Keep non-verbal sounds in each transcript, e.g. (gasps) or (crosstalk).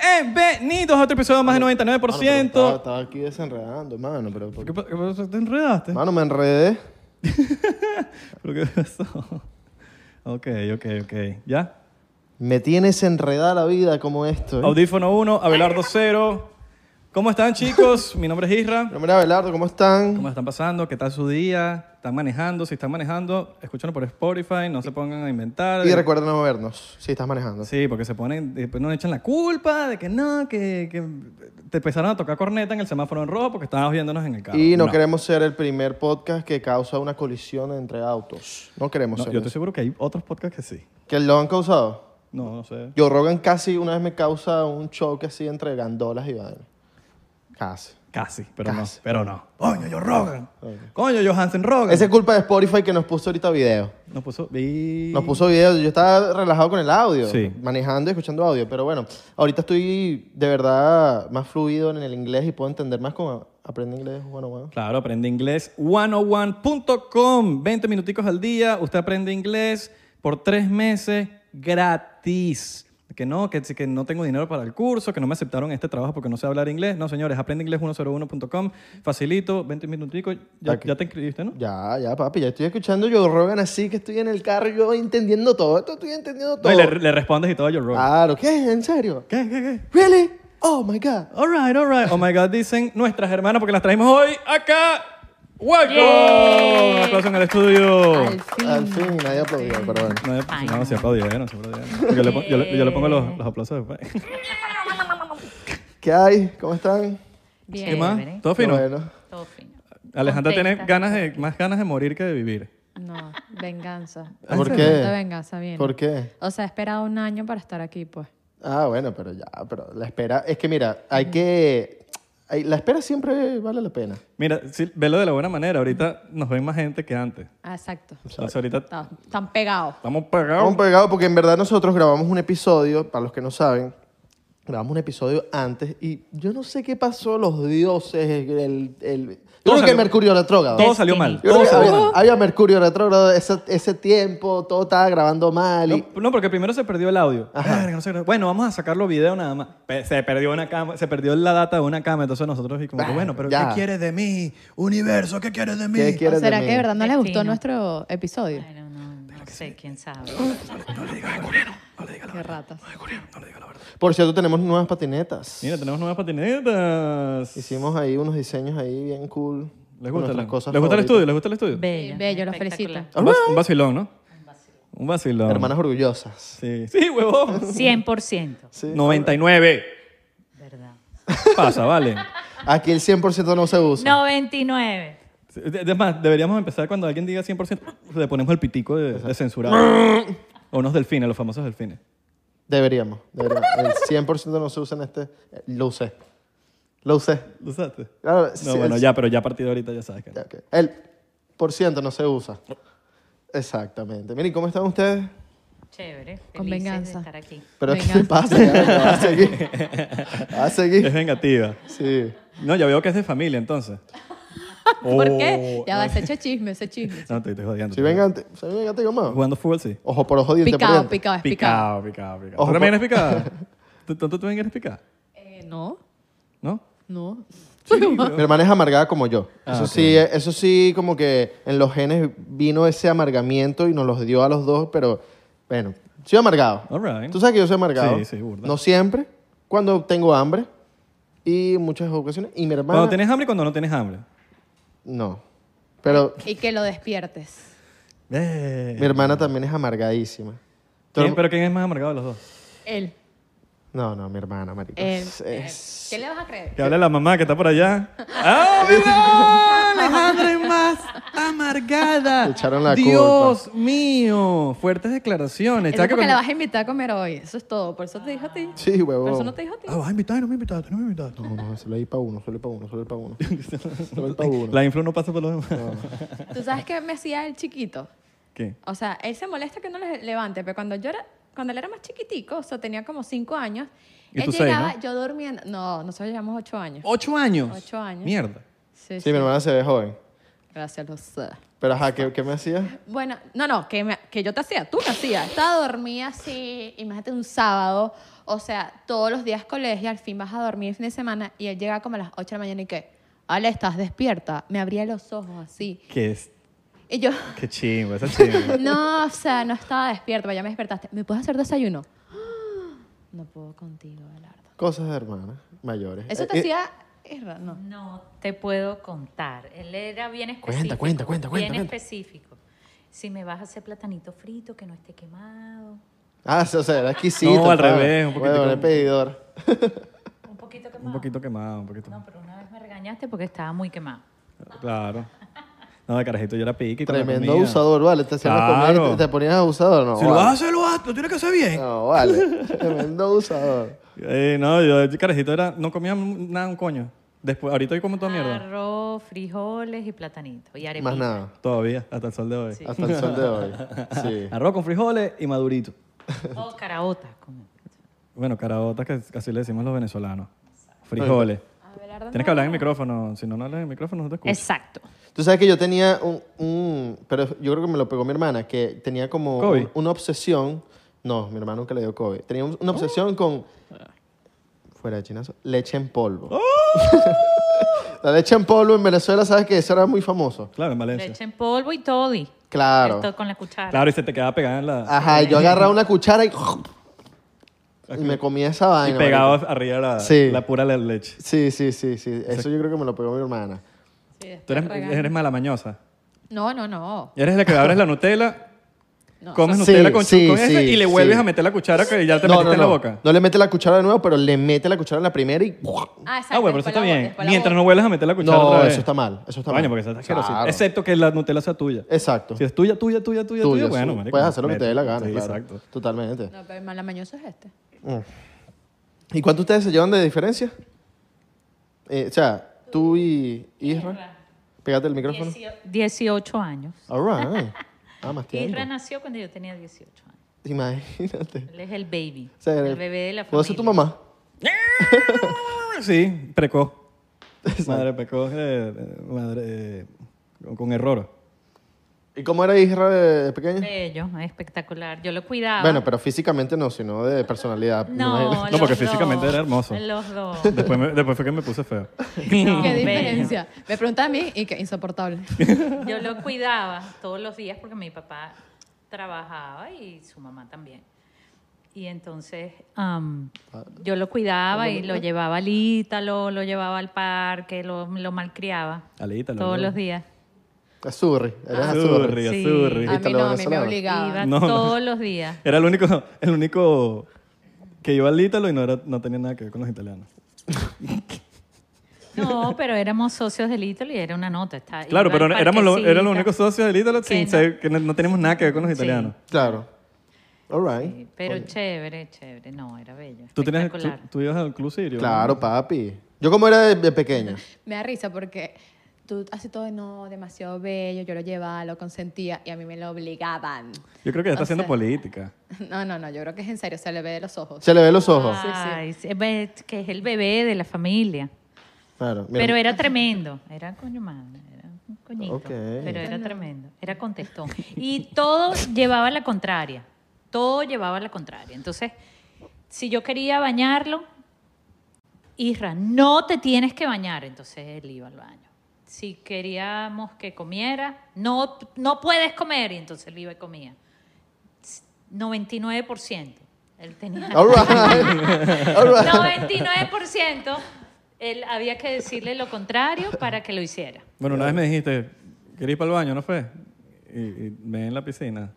Bienvenidos a otro episodio más de 99%. Mano, Ah, pero Estaba, estaba aquí desenredando, mano, pero... ¿por ¿Qué qué? pa- qué pasó? ¿Te enredaste? Mano, me enredé. ¿Pero qué pasó? (laughs) Ok, ok, ok. ¿Ya? Me tienes enredada la vida como esto, ¿eh? Audífono 1, Abelardo 0. ¿Cómo están, chicos? Mi nombre es Isra. Pero mira, Abelardo, ¿cómo están? ¿Cómo están pasando? ¿Qué tal su día? ¿Están manejando? Si están manejando, escúchanos por Spotify, no se pongan a inventar. Y recuerden no vernos si estás manejando. Sí, porque se ponen, después nos echan la culpa de que no, que, que te empezaron a tocar corneta en el semáforo en rojo porque estabas viéndonos en el carro. y no, queremos ser el primer podcast que causa una colisión entre autos. No queremos No, ser yo eso. estoy seguro que hay otros podcasts que sí. ¿Que lo han causado? No, no sé. Yo Rogan casi una vez me causa un choque así entre gandolas y vaina. Casi. Casi, pero Casi. no. Pero no. Coño, yo Rogan. Coño, Johansen Rogan. Esa es culpa de Spotify que nos puso ahorita video. Nos puso. y- Nos puso video, yo estaba relajado con el audio, Sí. manejando y escuchando audio, pero bueno, ahorita estoy de verdad más fluido en el inglés y puedo entender más cómo aprende inglés, bueno, bueno. Claro, aprende inglés 101.com. 20 minuticos al día. Usted aprende inglés por tres meses gratis. Que no, que, que no tengo dinero para el curso, que no me aceptaron este trabajo porque no sé hablar inglés. No, señores, aprende inglés 101.com. Facilito, 20 minuticos. Ya, Aquí. ya te inscribiste, ¿no? Ya, ya, papi, ya estoy escuchando yo Rogan así que estoy en el carro yo entendiendo todo, esto estoy entendiendo No, todo. y le, le respondes y todo a Joe Rogan. Claro, ¿qué? ¿En serio? ¿Qué, qué, qué? ¿Really? Oh my god. All right, all right. Oh my God, dicen nuestras hermanas porque las traemos hoy acá. ¡Welcome! Yay. Un aplauso en el estudio. Al fin. Al fin nadie aplaudió, pero bueno. No, yo- Ay, no, no. se aplaudieron, se aplaudieron. Porque yo, le, pon- yo le- yo le pongo los, los aplausos después. ¿Qué hay? ¿Cómo están? Bien. ¿Qué más? chévere. ¿Todo fino? Bueno. Todo fino. Alejandra tiene Contenta. ganas de, más ganas de morir que de vivir. No, venganza. Ah, ¿Por Esta qué? venganza viene. ¿Por qué? O sea, he esperado un año para estar aquí, pues. Ah, bueno, pero ya, pero la espera, es que mira, hay que, hay- la espera siempre vale la pena. Mira, sí, velo de la buena manera. Ahorita nos ven más gente que antes. Ah, Exacto. Entonces ahorita Está- Están pegados. estamos pegados. Estamos pegados porque en verdad nosotros grabamos un episodio, para los que no saben, grabamos un episodio antes y yo no sé qué pasó, los dioses, el... el yo creo salió- que el Mercurio retrógrado. Todo salió mal. Yo creo Todo que salió había, mal. había Mercurio retrógrado ese, ese tiempo, todo estaba grabando mal y... No, no, porque primero se perdió el audio. Verga, no sé qué- bueno, vamos a sacarlo video nada más. Pe- Se perdió una cama, se perdió la data de una cama, entonces nosotros y como que, Ah, bueno, pero ya. ¿qué quieres de mí? Universo, ¿qué quieres de mí? ¿Qué ¿O quieres será de que mí? de verdad no les gustó Destino. nuestro episodio? Bueno, no, no sé, (laughs) quién sabe. Qué ratas. Por cierto, tenemos nuevas patinetas. Mira, tenemos nuevas patinetas. Hicimos ahí unos diseños ahí bien cool. ¿Les gusta, con nuestras la- cosas ¿les gusta el favoritas. estudio? ¿Les gusta el estudio? Bello. Bello, los felicito. Un, vas- un vacilón, ¿no? Un vacilón. Hermanas orgullosas. Sí, sí, huevón. 100%. (laughs) Sí. 99. ¿Verdad? Pasa, vale. Aquí el 100% no se usa. 99. Sí, de- de- Es más, deberíamos empezar cuando alguien diga 100%, le ponemos el pitico de, de (laughs) censurado. o unos delfines, los famosos delfines. Deberíamos. deberíamos. El 100% no se usa en este. Lo usé. Lo usé. ¿Lo usaste? Claro, sí, No, bueno, el- ya, pero ya a partir de ahorita ya sabes que. no. Ya, ok. El por ciento no se usa. Exactamente. Miren, ¿cómo están ustedes? Chévere. Felices Con venganza. De estar aquí. Pero Venga. ¿qué pasa? Ya, ya, (laughs) Va a (laughs) seguir. Va a Es seguir. vengativa. Sí. No, ya veo que es de familia, entonces. (laughs) (laughs) Oh, ¿Por Oh, qué? Ya va, se echa chisme, ese (laughs) chisme. No, te estoy jodiendo. Si vengan, si vengan, te digo más. Jugando fútbol, sí. Ojo por ojo, diente por Picado, diente. picado, es picado. Picado, picado, picado. Ojo, ¿Tú también pa- eres picada? (laughs) ¿Tú, tú, tú también eres picada? Eh, no, ¿No? (laughs) no. Sí, Mi hermana es amargada como yo. Ah, eso ok. sí, eso sí, como que en los genes vino ese amargamiento y nos los dio a los dos, pero bueno, soy amargado. All right. Tú sabes que yo soy amargado. Sí, sí, burda. No siempre, cuando tengo hambre y muchas ocasiones. Y mi hermana. Cuando tienes hambre y cuando no tienes hambre. No. Pero Y que lo despiertes. Eh. mi hermana también es amargadísima. Todo- ¿Quién- ¿Pero quién es más amargado de los dos? Él. No, no, mi hermana, marico. Él. Es- es- ¿Qué le vas a creer? Que habla la mamá que está por allá. (laughs) ¡Ah, mira! Alejandra es más amargada. Te echaron la Dios mío. Fuertes declaraciones. Eso ¿Sabes es que porque la cuando- vas a invitar a comer hoy. Eso es todo. Por eso te dijo a ti. Sí, Oh. Por eso no huevón. te dijo a ti. Ah, vas a invitar, no me invitaste, no me invitaste. No, no, solo hay para uno, solo hay para uno, solo hay (laughs) para uno. Solo hay para uno. La influ no pasa por los demás. ¿Tú sabes qué me hacía el chiquito? (laughs) ¿Qué? O sea, él se molesta que no le levante, pero cuando yo era, cuando él era más chiquitico, o sea, tenía como cinco años, Y él tú seis, llegaba, ¿no? Oh. yo durmiendo. No, nosotros llevamos ocho años. ¿Ocho años? Ocho años. Mierda. Sí, Sí, mi hermana se ve joven. Gracias, los. Pero ajá, ¿qué, qué me hacías? Bueno, no, no, que, me- que yo te hacía, tú me hacías. Estaba dormida así, imagínate un sábado, o sea, todos los días colegio, al fin vas a dormir el fin de semana y él llega como a las 8 de la mañana y que, Ale, estás despierta. Me abría los ojos así. Qué, es- Y yo, qué chingo, esa chingo. no, o sea, no estaba despierta, pero ya me despertaste. ¿Me puedes hacer desayuno? (gasps) No puedo contigo, Abelardo. Cosas de hermanas mayores. Eso Eh, te eh, hacía. Es raro, no. No te puedo contar. Él era bien Cuenta, específico. cuenta, cuenta, cuenta, Bien cuenta. específico. Si me vas a hacer platanito frito, que no esté quemado. Ah, sí, o sea, era exquisito. No, al claro. revés, un poquitico. Bueno, era pedidor. Un poquito (laughs) quemado. Un poquito quemado, un poquito. No, pero una vez me regañaste porque estaba muy quemado. Claro. No, de carajito yo era pique. con la Tremendo comida. abusador, vale. Te hacían la comida y Claro. te, te ponías abusador, ¿no? Si lo vale. vas a hacer, lo haces, lo tienes que hacer bien. No, vale. (laughs) Tremendo abusador. Eh, no, yo de carajito era, no comía nada, un coño. Después, ahorita hoy como toda mierda. Arroz, frijoles y platanito. Y arepita. Más nada. Todavía, hasta el sol de hoy. Hasta el sol de hoy. Sí. (laughs) Arroz con frijoles y madurito. O caraota. como- Bueno, caraotas, que así le decimos los venezolanos. Frijoles. Abelardo, Tienes que hablar en el micrófono, si no, no hablas en el micrófono no te escuchas. Exacto. Tú sabes que yo tenía un, un- Pero yo creo que me lo pegó mi hermana, que tenía como ¿Covid? un- una obsesión. No, mi hermana nunca le dio COVID. Tenía un- una Oh. obsesión con. Fuera de chinazo. Leche en polvo. Oh. (laughs) la leche en polvo en Venezuela, sabes que eso era muy famoso. Claro, en Valencia. Leche en polvo y todo. y- Claro. Esto con la cuchara. Claro, y se te queda pegada en la. Ajá, y yo agarraba una cuchara y. y me comía esa y vaina. pegado marico. arriba la, Ah, Sí. la pura le- leche. Sí, sí, sí, sí. Eso yo creo que me lo pegó mi hermana. sí, después Tú eres, regaño. eres malamañosa. No, no, no. Eres la que abres la Nutella, No. comes Sí, Nutella con sí, chuco ese sí, y le vuelves sí. a meter la cuchara que ya te no, metiste no, en la no. boca. No le mete la cuchara de nuevo, pero le mete la cuchara en la primera y. Ah, Ah, exacto, bueno, pero eso después está la bo- bien. después la Mientras bo- no vuelvas a meter la cuchara No, otra vez. eso está mal, eso está Coño, mal. porque eso está asquerosito. Claro. Excepto que la Nutella sea tuya. Exacto. Si es tuya, tuya, tuya, tuya, tuya, Tuyo, bueno, sí. marico, Puedes hacer lo que te métete. dé la gana, Sí, claro. exacto. Totalmente. No, pero el malamañoso es este. ¿Y cuánto ustedes se llevan de diferencia? Eh, o sea, tú y Isra. Pégate el micrófono. Diecio- 18 años. All right. Ah, más tiempo. (laughs) Isra nació cuando yo tenía 18 años. Imagínate. Él es el baby. O sea, el bebé de la familia. ¿Puedo ser tu mamá? (laughs) Sí, precoz. Madre precoz, eh, madre eh, con- con error. ¿Y cómo era Isra de, de pequeña? Bello, espectacular. Yo lo cuidaba. Bueno, pero físicamente no, sino de personalidad. me no, imagino. No, porque los físicamente dos, era hermoso. Los dos. Después, me- después fue que me puse feo. No, ¿Qué bello. diferencia? Me preguntan a mí y (laughs) que insoportable. Yo lo cuidaba todos los días porque mi papá trabajaba y su mamá también. Y entonces am, yo lo cuidaba y lo llevaba al Ítalo, lo llevaba al parque, lo, lo malcriaba Al Ítalo, todos ¿no? los días. Azurri. Eres Azurri. Azurri, Sí. Ah. azurri. A Ítalo mí no, a mí me venezolano. Iba obligaba. No, no. todos los días. Era el único, el único que iba al Ítalo y no, era, no tenía nada que ver con los italianos. No, pero éramos socios del Ítalo y era una nota. está- Claro, iba al pero éramos los, parquecito. eran los únicos socios del Ítalo Que sin no. ser- que no, no teníamos nada que ver con los italianos. Claro. All right. Pero chévere, chévere. No, era bello. Tú, tenías, tú, espectacular. tú ibas al Club Sirio. Claro, papi. ¿Yo cómo era de, de pequeña? Me da risa porque tú así todo, no, demasiado bello, yo lo llevaba, lo consentía y a mí me lo obligaban. (laughs) Yo creo que ya está O haciendo sea- política. No, no, no, yo creo que es en serio, se le ve de los ojos. Se le ven los Ah. ojos. Ay, sí, ve- que es el bebé de la familia. Claro. mira. Pero era tremendo. Era coño madre. Era un coñito. Ok. Pero era tremendo. Era contestón. Y todo llevaba la contraria. Todo llevaba la contraria. Entonces, si yo quería bañarlo, Isra, no te tienes que bañar. Entonces él iba al baño. Si queríamos que comiera, no, no puedes comer. Y entonces él iba y comía. 99%. Él tenía. All right. (laughs) All right. 99% él había que decirle lo contrario para que lo hiciera. Bueno, una vez me dijiste, ¿querés ir para el baño? ¿No fue? Y, y me en la piscina.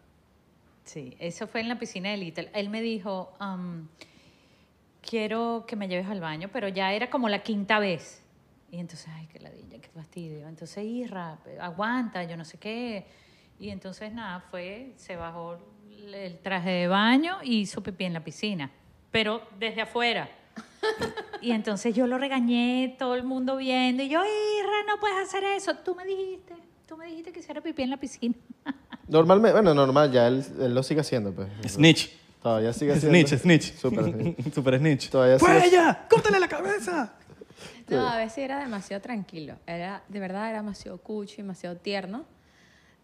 Sí, eso fue en la piscina de Little. Él me dijo, am, quiero que me lleves al baño, pero ya era como la quinta vez. Y entonces, ay, qué ladilla, qué fastidio. Entonces, Isra, aguanta, yo no sé qué. Y entonces, nada, fue, se bajó el traje de baño y hizo pipí en la piscina, pero desde (laughs) afuera. Y entonces yo lo regañé, todo el mundo viendo, y yo, Isra, no puedes hacer eso. Tú me dijiste, tú me dijiste que hiciera pipí en la piscina. Normalmente, bueno, normal, ya él, él lo sigue haciendo, pues. Snitch. Todavía sigue haciendo. (laughs) (laughs) Snitch, snitch. Súper, sí. Super snitch. Todavía sigue- ¡Fue ella! ¡Córtale la cabeza! (laughs) No, a veces era demasiado tranquilo. Era, de verdad, era demasiado cucho, demasiado tierno.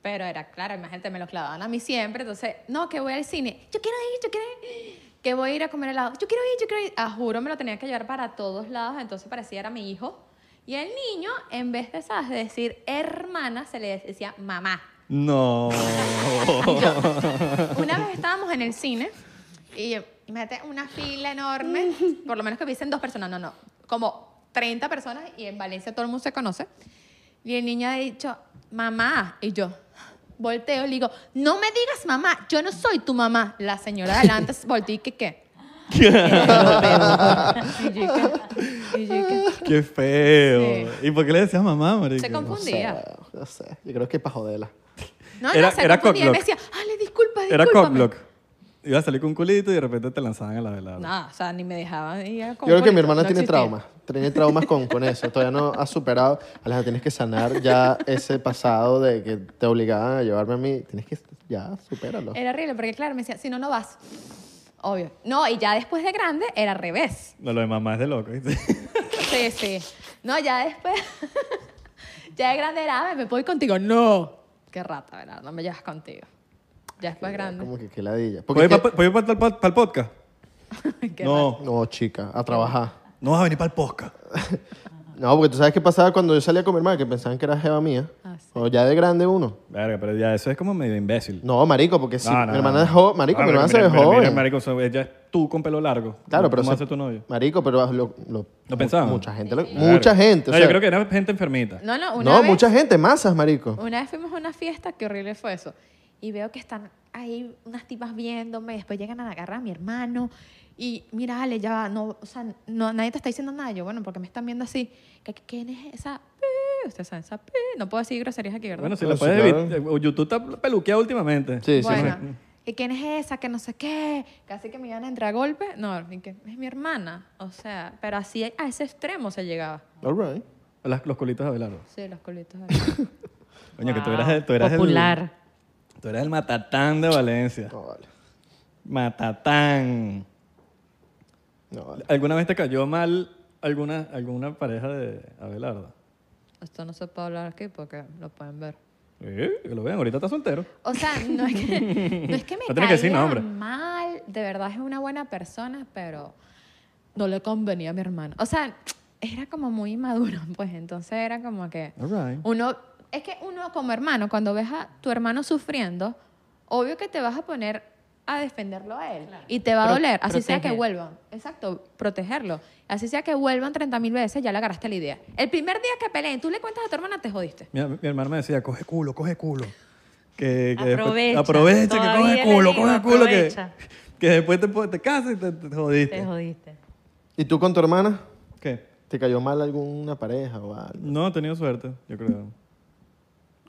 Pero era, claro, imagínate, me lo clavaban a mí siempre. Entonces, no, que voy al cine. Yo quiero ir, yo quiero ir. (gasps) Que voy a ir a comer helado. Yo quiero ir, yo quiero ir. A juro, me lo tenía que llevar para todos lados. Entonces, parecía era mi hijo. Y el niño, en vez de, ¿sabes? de decir hermana, se le decía mamá. (laughs) No. Una vez estábamos en el cine y imagínate una (laughs) fila enorme, por lo menos que hubiesen dos personas, no, no, como 30 personas y en Valencia todo el mundo se conoce. Y el niño ha dicho, mamá, y yo volteo y le digo, no me digas mamá, yo no soy tu mamá. La señora (laughs) adelante volteó y que qué. (laughs) Y yo que- y yo que- Qué feo. ¿Y por qué le decías mamá, marico? Se confunde. No sé, no sé. Yo creo que es para joderla. No, Era- no, se era confundía. Y me cockblock. decía, "Ah, le disculpa, disculpa. Era cockblock. Iba a salir con un culito y de repente te lanzaban a la velada. No, o sea, ni me dejaban. ir a Yo creo que mi comunicar, hermana no tiene existía. traumas. Tiene traumas con, con eso. Todavía no ha superado. Alejandra, tienes que sanar ya ese pasado de que te obligaban a llevarme a mí. Tienes que. Ya, supéralo. Era horrible, porque claro, me decía, si no, no vas. Obvio. No, y ya después de grande era al revés. No, lo de mamá es de loco. ¿viste? Sí, sí. No, ya después. (laughs) ya de grande era, "Ah, me voy contigo. No. Qué rata, ¿verdad? No me llevas contigo. Ya después (laughs) grande. Como que qué ladilla. Porque ¿Puedo ir es que- para el podcast? Qué rata. no, No, chica, a trabajar. no vas a venir para el podcast. No, porque tú sabes qué pasaba cuando yo salía con mi hermana, que pensaban que era jeva mía. Ah, sí. O ya de grande uno. Verga, pero ya eso es como medio imbécil. No, marico, porque si mi hermana es joven, marico, No, Ah, mi mira, hermana se ve mira, joven. mira, marico, o sea, ella es tú con pelo largo. Claro, pero ¿Cómo se- hace tu novio? Marico, pero lo, lo- ¿Lo pensaban? Mucha gente, lo- Verga. mucha gente. o No, sea, yo creo que era gente enfermita. No, no, una No, vez. mucha gente, masas, marico. Una vez fuimos a una fiesta, qué horrible fue eso. Y veo que están ahí unas tipas viéndome, después llegan a agarrar a mi hermano. Y mira, Ale, ya va, no, o sea, no, nadie te está diciendo nada. Yo, bueno, porque me están viendo así. ¿Qué- qué- ¿Quién es esa? p-? Ustedes saben, esa p-? No puedo decir groserías aquí, ¿verdad? Bueno, si Bueno, la Ah, sí, puedes claro. evitar. O YouTube está peluqueado últimamente. Sí, sí, Bueno, sí. ¿y quién es esa? Que no sé qué. Casi que me iban a entrar a golpe. No, ni que es mi hermana. O sea, pero así a ese extremo se llegaba. All right. Las- los colitos de Abelardo. Sí, los colitos. (laughs) Coño, que tú Wow. eras, el- tú eras Ah, Popular. el... Tú eras el matatán de Valencia. No, vale. Matatán. No, vale. ¿Alguna vez te cayó mal alguna, alguna pareja de Abelardo? Esto no se puede hablar aquí porque lo pueden ver. Eh, que lo vean, ahorita está soltero. (laughs) O sea, no es que, no es que me No tiene caiga que decir nombre. mal, de verdad es una buena persona, pero no le convenía a mi hermano. O sea, era como muy inmaduro, (laughs) pues entonces era como que All right. uno, es que uno como hermano, cuando ves a tu hermano sufriendo, obvio que te vas a poner a defenderlo a él y te va a Pro- doler, así sea que proteger. vuelvan. Exacto, protegerlo. Así sea que vuelvan 30 mil veces, ya le agarraste la idea. El primer día que peleen, tú le cuentas a tu hermana, te jodiste. Mi, mi hermano me decía, coge culo, coge culo. Que, que después- Aprovecha, aprovecha, que todavía coge le culo, digo, coge culo. Que, aprovecha. que después te, po- te casas y te, te jodiste. Te jodiste. ¿Y tú con tu hermana? ¿Qué? ¿Te cayó mal alguna pareja o algo? No, he tenido suerte, yo creo.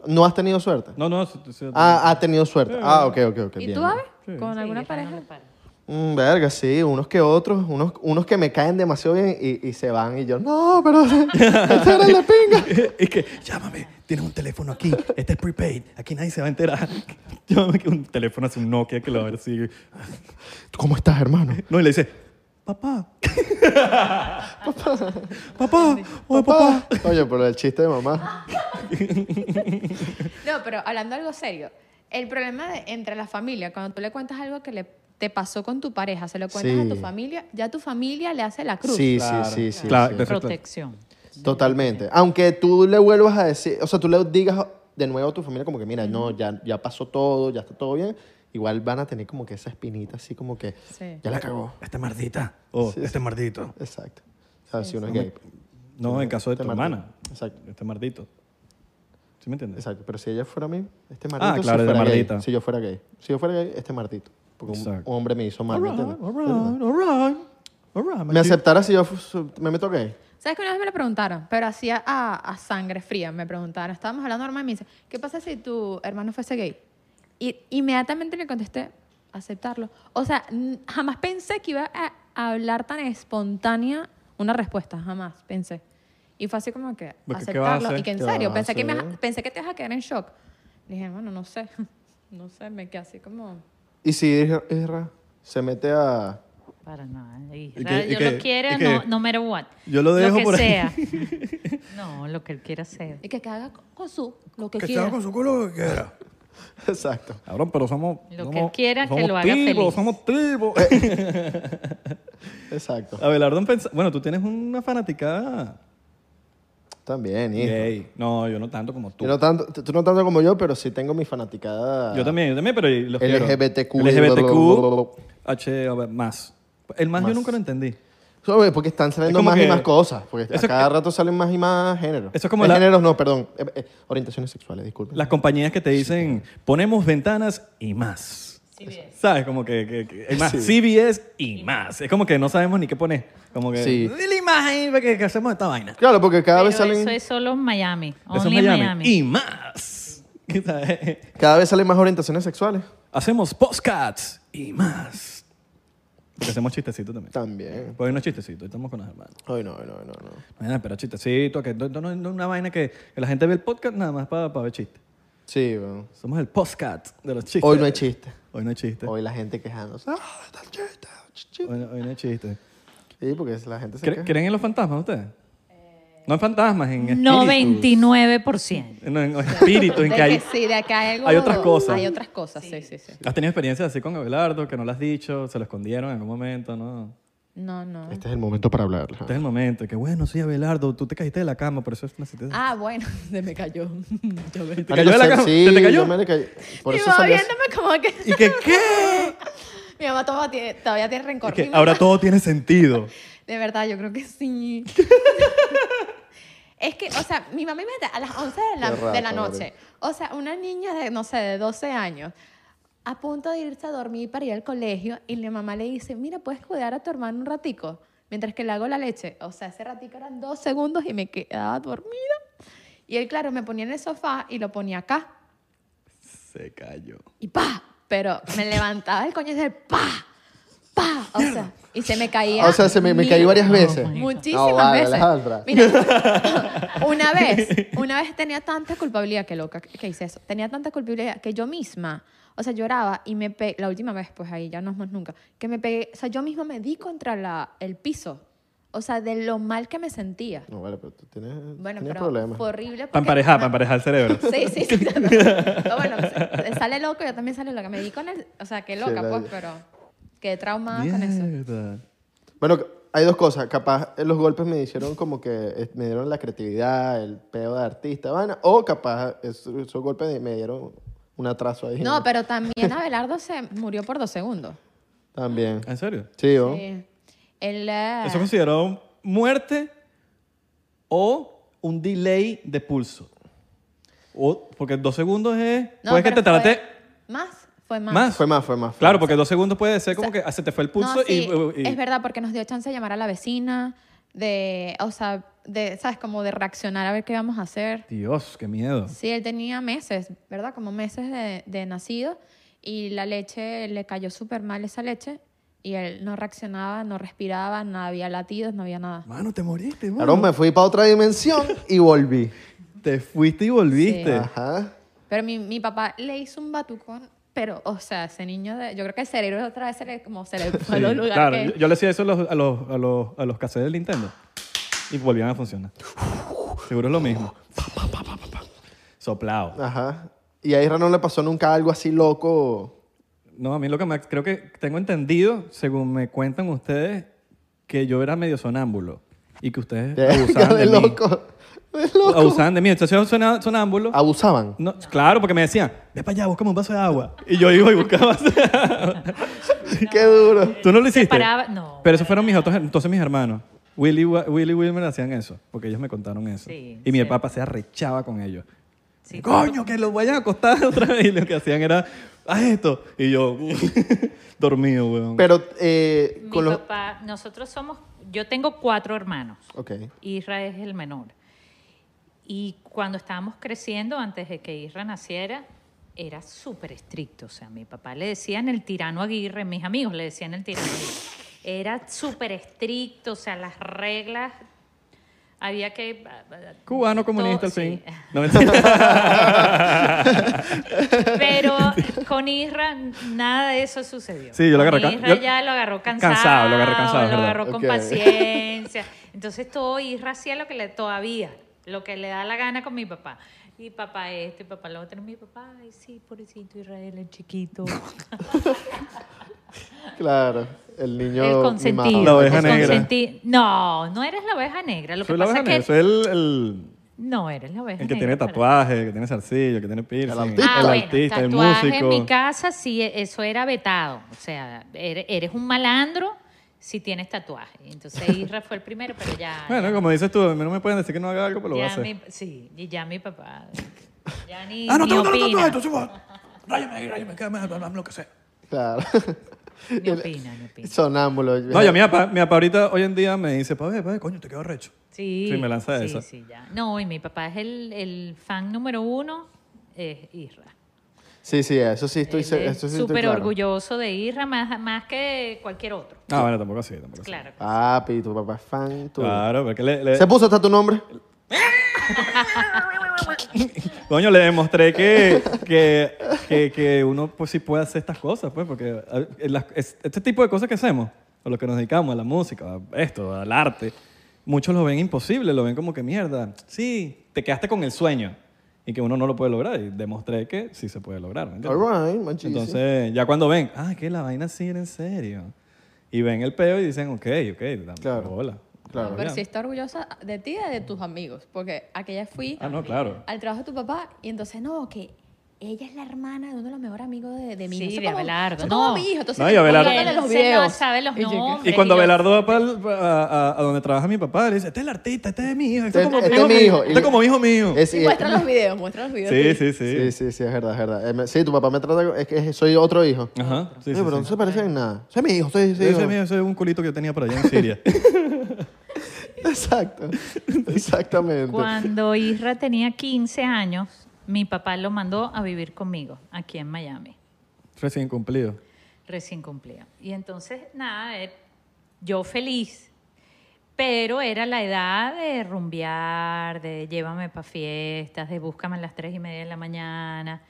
¿No has tenido suerte? No, Eh. no. sí, sí, Ah, has tenido suerte. Ah, ok, ok, ok. ¿Y bien, tú, bien. Abe? ¿Con Sí, alguna esta no pareja? le para. Mm, verga, sí, unos que otros, unos, unos que me caen demasiado bien y, y se van y yo, no, pero (laughs) este era el de pinga. (laughs) es que, llámame, tienes un teléfono aquí, este es prepaid, aquí nadie se va a enterar. (laughs) Llámame que un teléfono hace un Nokia que lo va a ver así. ¿Tú ¿Cómo estás, hermano? No, y le dice, papá. papá. oye, papá. Oye, pero el chiste de mamá. No, pero hablando algo serio, el problema de- entre la familia, cuando tú le cuentas algo que le, te pasó con tu pareja, se lo cuentas Sí. a tu familia, ya tu familia le hace la cruz. Sí, Claro. sí, sí, sí. Claro, sí. de- Perfecto. Protección. Totalmente. Aunque tú le vuelvas a decir, o sea, tú le digas de nuevo a tu familia como que, mira, no, ya, ya pasó todo, ya está todo bien, igual van a tener como que esa espinita así como que, Sí. ya la cagó. Este mardita. O este mardito. Exacto. O sea, si uno es gay. No, en caso de Este tu mardito. hermana. Exacto. Este mardito. ¿Sí me entiendes? Exacto, pero si ella fuera a mí, este mardito si Ah, claro, de fuera gay, mardita. si yo fuera gay. Si yo fuera gay, este mardito. Porque un Exacto. hombre me hizo mal. ¿me entiendes? alright. ¿Me aceptara si yo fu- me meto gay? ¿Sabes que una vez me lo preguntaron? Pero hacía a, a sangre fría, me preguntaron. Estábamos hablando normal y me dice, ¿qué pasa si tu hermano fuese gay? Y inmediatamente le contesté, aceptarlo. O sea, n- jamás pensé que iba a hablar tan espontánea una respuesta, jamás pensé. Y fue así como que Porque, ¿qué vas a aceptarlo. hacer? Y que en ¿Qué vas serio, a pensé que, me, hacer? pensé que te ibas a quedar en shock. Dije, bueno, no sé. (laughs) No sé, me quedé así como... Y si Isra- Isra se mete a, (laughs) Para nada. Y, ¿Y qué- y yo qué- lo quiera, y qué? no, no matter what. Yo lo dejo que por ahí. (laughs) sea. No, lo que él quiera hacer. Y que haga con- con su, lo que, Que se quiera. haga con su culo lo que quiera. Exacto. Cabrón, pero somos. Lo que somos- él quiera, que somos lo haga tipos, feliz. Somos tipos. Eh, Exacto. (laughs) Abelardo, en pensa- bueno, tú tienes una fanaticada También, hijo. gay. No, yo no tanto como tú. Yo no tanto, tú no tanto como yo, pero sí tengo mi fanaticada. Yo también, yo también, pero los quiero. LGBTQ. LGBTQ, H, a ver, más. El más, yo Más. nunca lo entendí. Sobre- Porque están saliendo como más que- y más cosas. Porque a Eso- cada rato salen más y más géneros. Eso es como Eh, la- Géneros no, perdón. Eh, eh, orientaciones sexuales, disculpen. Las compañías que te dicen, ponemos ventanas y más. ¿Sabes? Como que, que- que- es más, CBS y más. Es como que no sabemos ni qué poner. Como que, Sí. di la imagen que, que hacemos esta vaina. Claro, porque cada Pero vez salen... eso es solo en Miami. Eso es Only en Miami. Miami. Y más. (laughs) ¿Sabes? Cada vez salen más orientaciones sexuales. Hacemos postcats y más. Porque hacemos chistecitos también. También. Pues hoy no es chistecito, hoy estamos con las hermanas. Ay, no, ay, no, ay, no, no. Bueno, pero chistecito, que esto esto no es una vaina que, que la gente ve el podcast nada más para ver chistes. Sí, bueno. Somos el podcast de los chistes. Hoy no hay chiste. Hoy no hay chiste. Hoy, Hoy la gente quejándose. Ah, está el chiste, el chiste. no- hoy no hay chiste. Sí, porque la gente se ¿Cre- queja. ¿Creen en los fantasmas ustedes? No en fantasmas, en espíritus. 99%. No, en espíritus, en De que hay... que sí, de acá hay, algo- hay otras cosas. Hay otras cosas, sí, sí, sí. ¿Has tenido experiencias así con Abelardo que no las has dicho, se lo escondieron en algún momento, no? No, no. Este es el momento para hablar. Este es el momento, que bueno, soy Abelardo, tú te caíste de la cama, pero eso es una situación. Ah, bueno, (laughs) se me cayó. Yo me... ¿Te cayó de la cama? Sí, ¿Se te cayó? yo me le cayó. Por Mi eso mamá salió así. viéndome como que... ¿Y que qué? (laughs) Mi mamá todavía tiene, todavía tiene Y rencor. que Mi mamá- ahora todo tiene (laughs) sentido. De verdad, yo creo que (laughs) sí. es que, o sea, mi mamá me mete a las 11 de la, Qué raro, de la pobre. noche. O sea, una niña de, no sé, de 12 años, a punto de irse a dormir para ir al colegio, y la mamá le dice, mira, ¿puedes cuidar a tu hermano un ratico? Mientras que le hago la leche. O sea, ese ratico eran dos segundos y me quedaba dormida. Y él, claro, me ponía en el sofá y lo ponía acá. Se cayó. Y pa, pero me levantaba el coño y decía, pa, pa. O sea, y se me caía. Ah, O sea, se me, me cayó mil- varias veces. Muchísimas No, vale, veces. Alejandra. (laughs) Mira, una vez, una vez tenía tanta culpabilidad, que loca que hice eso, tenía tanta culpabilidad que yo misma, o sea, lloraba y me pegué, la última vez, pues ahí ya no es más nunca, que me pegué, o sea, yo misma me di contra la, el piso, o sea, de lo mal que me sentía. No, vale, pero tú tienes, Bueno, tienes pero problemas. fue horrible. Para porque- emparejar, para emparejar el cerebro. Sí, (laughs) sí, sí. no, no. No, bueno, se- sale loco, yo también sale loca. Me di con él, o sea, qué loca, Sí, la- pues, pero quedé traumada con eso. Mierda. Bueno, hay dos cosas. Capaz eh, los golpes me hicieron como que eh, me dieron la creatividad, el pedo de artista, vaina. O capaz es- esos golpes de- me dieron un atraso ahí. No, pero también Abelardo se murió por dos segundos. También. ¿En serio? Sí, ¿no? Sí. Él, eh, Eso es considerado muerte o un delay de pulso. O, porque dos segundos es... no, puede que pero te tardaste fue Más, fue más. más. Fue más, fue más. fue Claro, más. porque dos segundos puede ser como O sea, que ah, se te fue el No, pulso sí, y, y- Es verdad, porque nos dio chance de llamar a la vecina, de, o sea, de, ¿sabes? Como de reaccionar a ver qué íbamos a hacer. Dios, qué miedo. Sí, él tenía meses, ¿verdad? Como meses de, de nacido y la leche le cayó súper mal esa leche y él no reaccionaba, no respiraba, no había latidos, no había nada. Mano, te moriste, mano. Claro, me fui para otra dimensión y volví. Te fuiste y volviste. Ajá. Pero mi, mi papá le hizo un batucón, pero, o sea, ese niño, de, yo creo que el cerebro otra vez se le, como se le fue a Sí, los lugares claro, que- yo, yo le hacía eso a los, a los, a los, a los cassettes del Nintendo y volvían a funcionar. Seguro es lo mismo. Soplado. Ajá. Y a Isra no le pasó nunca algo así loco. No, a mí lo que me, creo que tengo entendido, según me cuentan ustedes, que yo era medio sonámbulo y que (laughs) ustedes abusaban de de mí. loco. De loco. Ah. Abusaban de mí. Entonces yo sonaba- sonámbulo. Abusaban. No, claro, porque me decían, ve para allá, búscame un vaso de agua. Y yo iba y buscaba. (laughs) Qué duro. Tú no lo hiciste. Paraba- no. Este, Pero esos fueron mis otros, entonces mis hermanos. Willy, Wa- Willy y Wilmer hacían eso, porque ellos me contaron eso. Sí, y mi cierto. papá se arrechaba con ellos. Sí, Coño, que los vayan a acostar (laughs) otra vez. Y lo que hacían era, haz esto. Y yo, (laughs) dormido, weón. Pero eh, Mi con los. papá, nosotros somos, yo tengo cuatro hermanos. Ok. Isra es el menor. Y cuando estábamos creciendo, antes de que Isra naciera, era súper estricto. O sea, a mi papá le decían el tirano Aguirre, mis amigos le decían el tirano Aguirre. Era súper estricto, o sea, las reglas. Había que. ah, Cubano comunista, (laughs) Todo- al fin. sí. No, mentira. (laughs) Pero Con Isra, nada de eso sucedió. Sí, yo lo Con agarré can- Isra yo- ya lo agarró cansado. Cansado, lo agarré cansado, es Lo verdad. agarró con Ok. paciencia. Entonces todo Isra hacía lo que le todavía, lo que le da la gana con mi papá. Y papá esto, y papá lo otro, y mi papá, ay sí, pobrecito Israel, (laughs) el chiquito. Claro, el niño. el mimado. consentido. La oveja el negra. consenti- No, no eres la oveja negra. (laughs) Lo Soy que la pasa oveja negra, es que soy el, el, no eres la oveja el que negra, tiene para- tatuaje, el que tiene zarcillo, el que tiene piercing, el autista. artista, Ah, el, bueno, tatuaje músico. en mi casa sí, e- eso era vetado. O sea, ere- eres un malandro si tienes tatuaje. Entonces Isra fue el primero, pero ya... (laughs) Bueno, como dices tú, a mí no me pueden decir que no haga algo, pero lo voy a ya hacer. mi- sí, y ya mi papá... Ya ni, Ah, no, ni tengo opina. tatuaje, entonces voy. Ráyame ahí, ráyame, quédame, hazme lo que sea. Claro. Ni opina, ni opina. Sonámbulo. No, yo mi papá, mi papá ahorita hoy en día me dice, papi, papi, coño, te quedo recho. Sí, Sí, me lanza sí, esa. sí, ya. No, y mi papá es el, el fan número uno, es Isra. Sí, sí, eso sí estoy. Él se- es eso sí estoy súper claro. orgulloso de Isra, más, más que cualquier otro. Ah, bueno, tampoco así, tampoco así. Claro. ah, Papi, tu papá es fan. tú. Claro, porque le, le- ¿Se puso hasta tu nombre? coño, le demostré que, que, que, que uno pues sí puede hacer estas cosas, pues, porque ah, las- es- este tipo de cosas que hacemos, o lo que nos dedicamos, a la música, a esto, al arte, muchos lo ven imposible, lo ven como que mierda. Sí, te quedaste con el sueño y que uno no lo puede lograr y demostré que sí se puede lograr. ¿me entiendes? All right, manchísimo. Entonces, ya cuando ven, ah, que la vaina sí era en serio. Y ven el peo y dicen, ok, ok, dame Claro. bola. Claro. Pero sí está orgullosa de ti y de tus amigos, porque aquella fui Ah, no, claro. al trabajo de tu papá y entonces, no, que ella es la hermana de uno de los mejores amigos de, de mi Sí, hijo. Eso de como- Abelardo, eso como no. mi hijo, entonces No, y yo Abelardo- mandándole los Él se videos. no sabe los Y yo que- nombres. Y cuando yo- Belardo va pa'l- pa- a, a- a donde trabaja mi papá, le dice, este es el artista, este es mi hijo, este, es como, Este hijo, es mi hijo. mío, este es como hijo mío. Es- Y muestra los videos, muestra los videos. Sí, tuyos. sí, Sí, sí. sí, sí, es verdad, es verdad. Eh, me- Sí, tu papá me trata. Es que es- soy otro hijo. Ajá, sí, Oye, sí, pero sí. no se parecen en nada. Soy mi hijo, soy, soy Ese hijo. es mío, ese es un culito que yo tenía por allá en (laughs) Siria. Exacto. (laughs) Exactamente. Cuando Isra tenía 15 años, mi papá lo mandó a vivir conmigo aquí en Miami, Recién cumplido. recién cumplía. Y entonces, nada, eh, yo feliz, pero era la edad de rumbear, de llévame para fiestas, de búscame a las 3 y media de la mañana.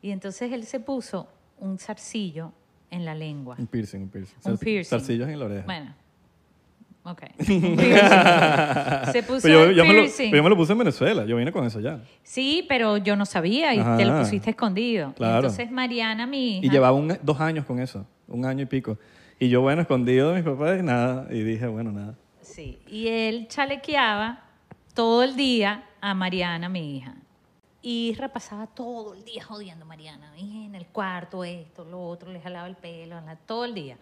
Y entonces él se puso un zarcillo en la lengua. Un piercing, un piercing. Un Zar- piercing. Zarcillos en la oreja. Bueno. (laughs) Ok. Un piercing. Se puso Pero Pues yo, el yo me lo, piercing. yo me lo puse en Venezuela, yo vine con eso ya. Sí, pero yo no sabía y te lo Ajá. pusiste escondido. Y Claro. Entonces Mariana, mi hija, Y llevaba un- dos años con eso, un año y pico. Y yo, bueno, escondido de mis papás y nada. Y dije, bueno, nada. sí, y él chalequeaba todo el día a Mariana, mi hija. Y repasaba todo el día jodiendo a Mariana. Y en el cuarto, esto, lo otro, le jalaba el pelo, la- todo el día.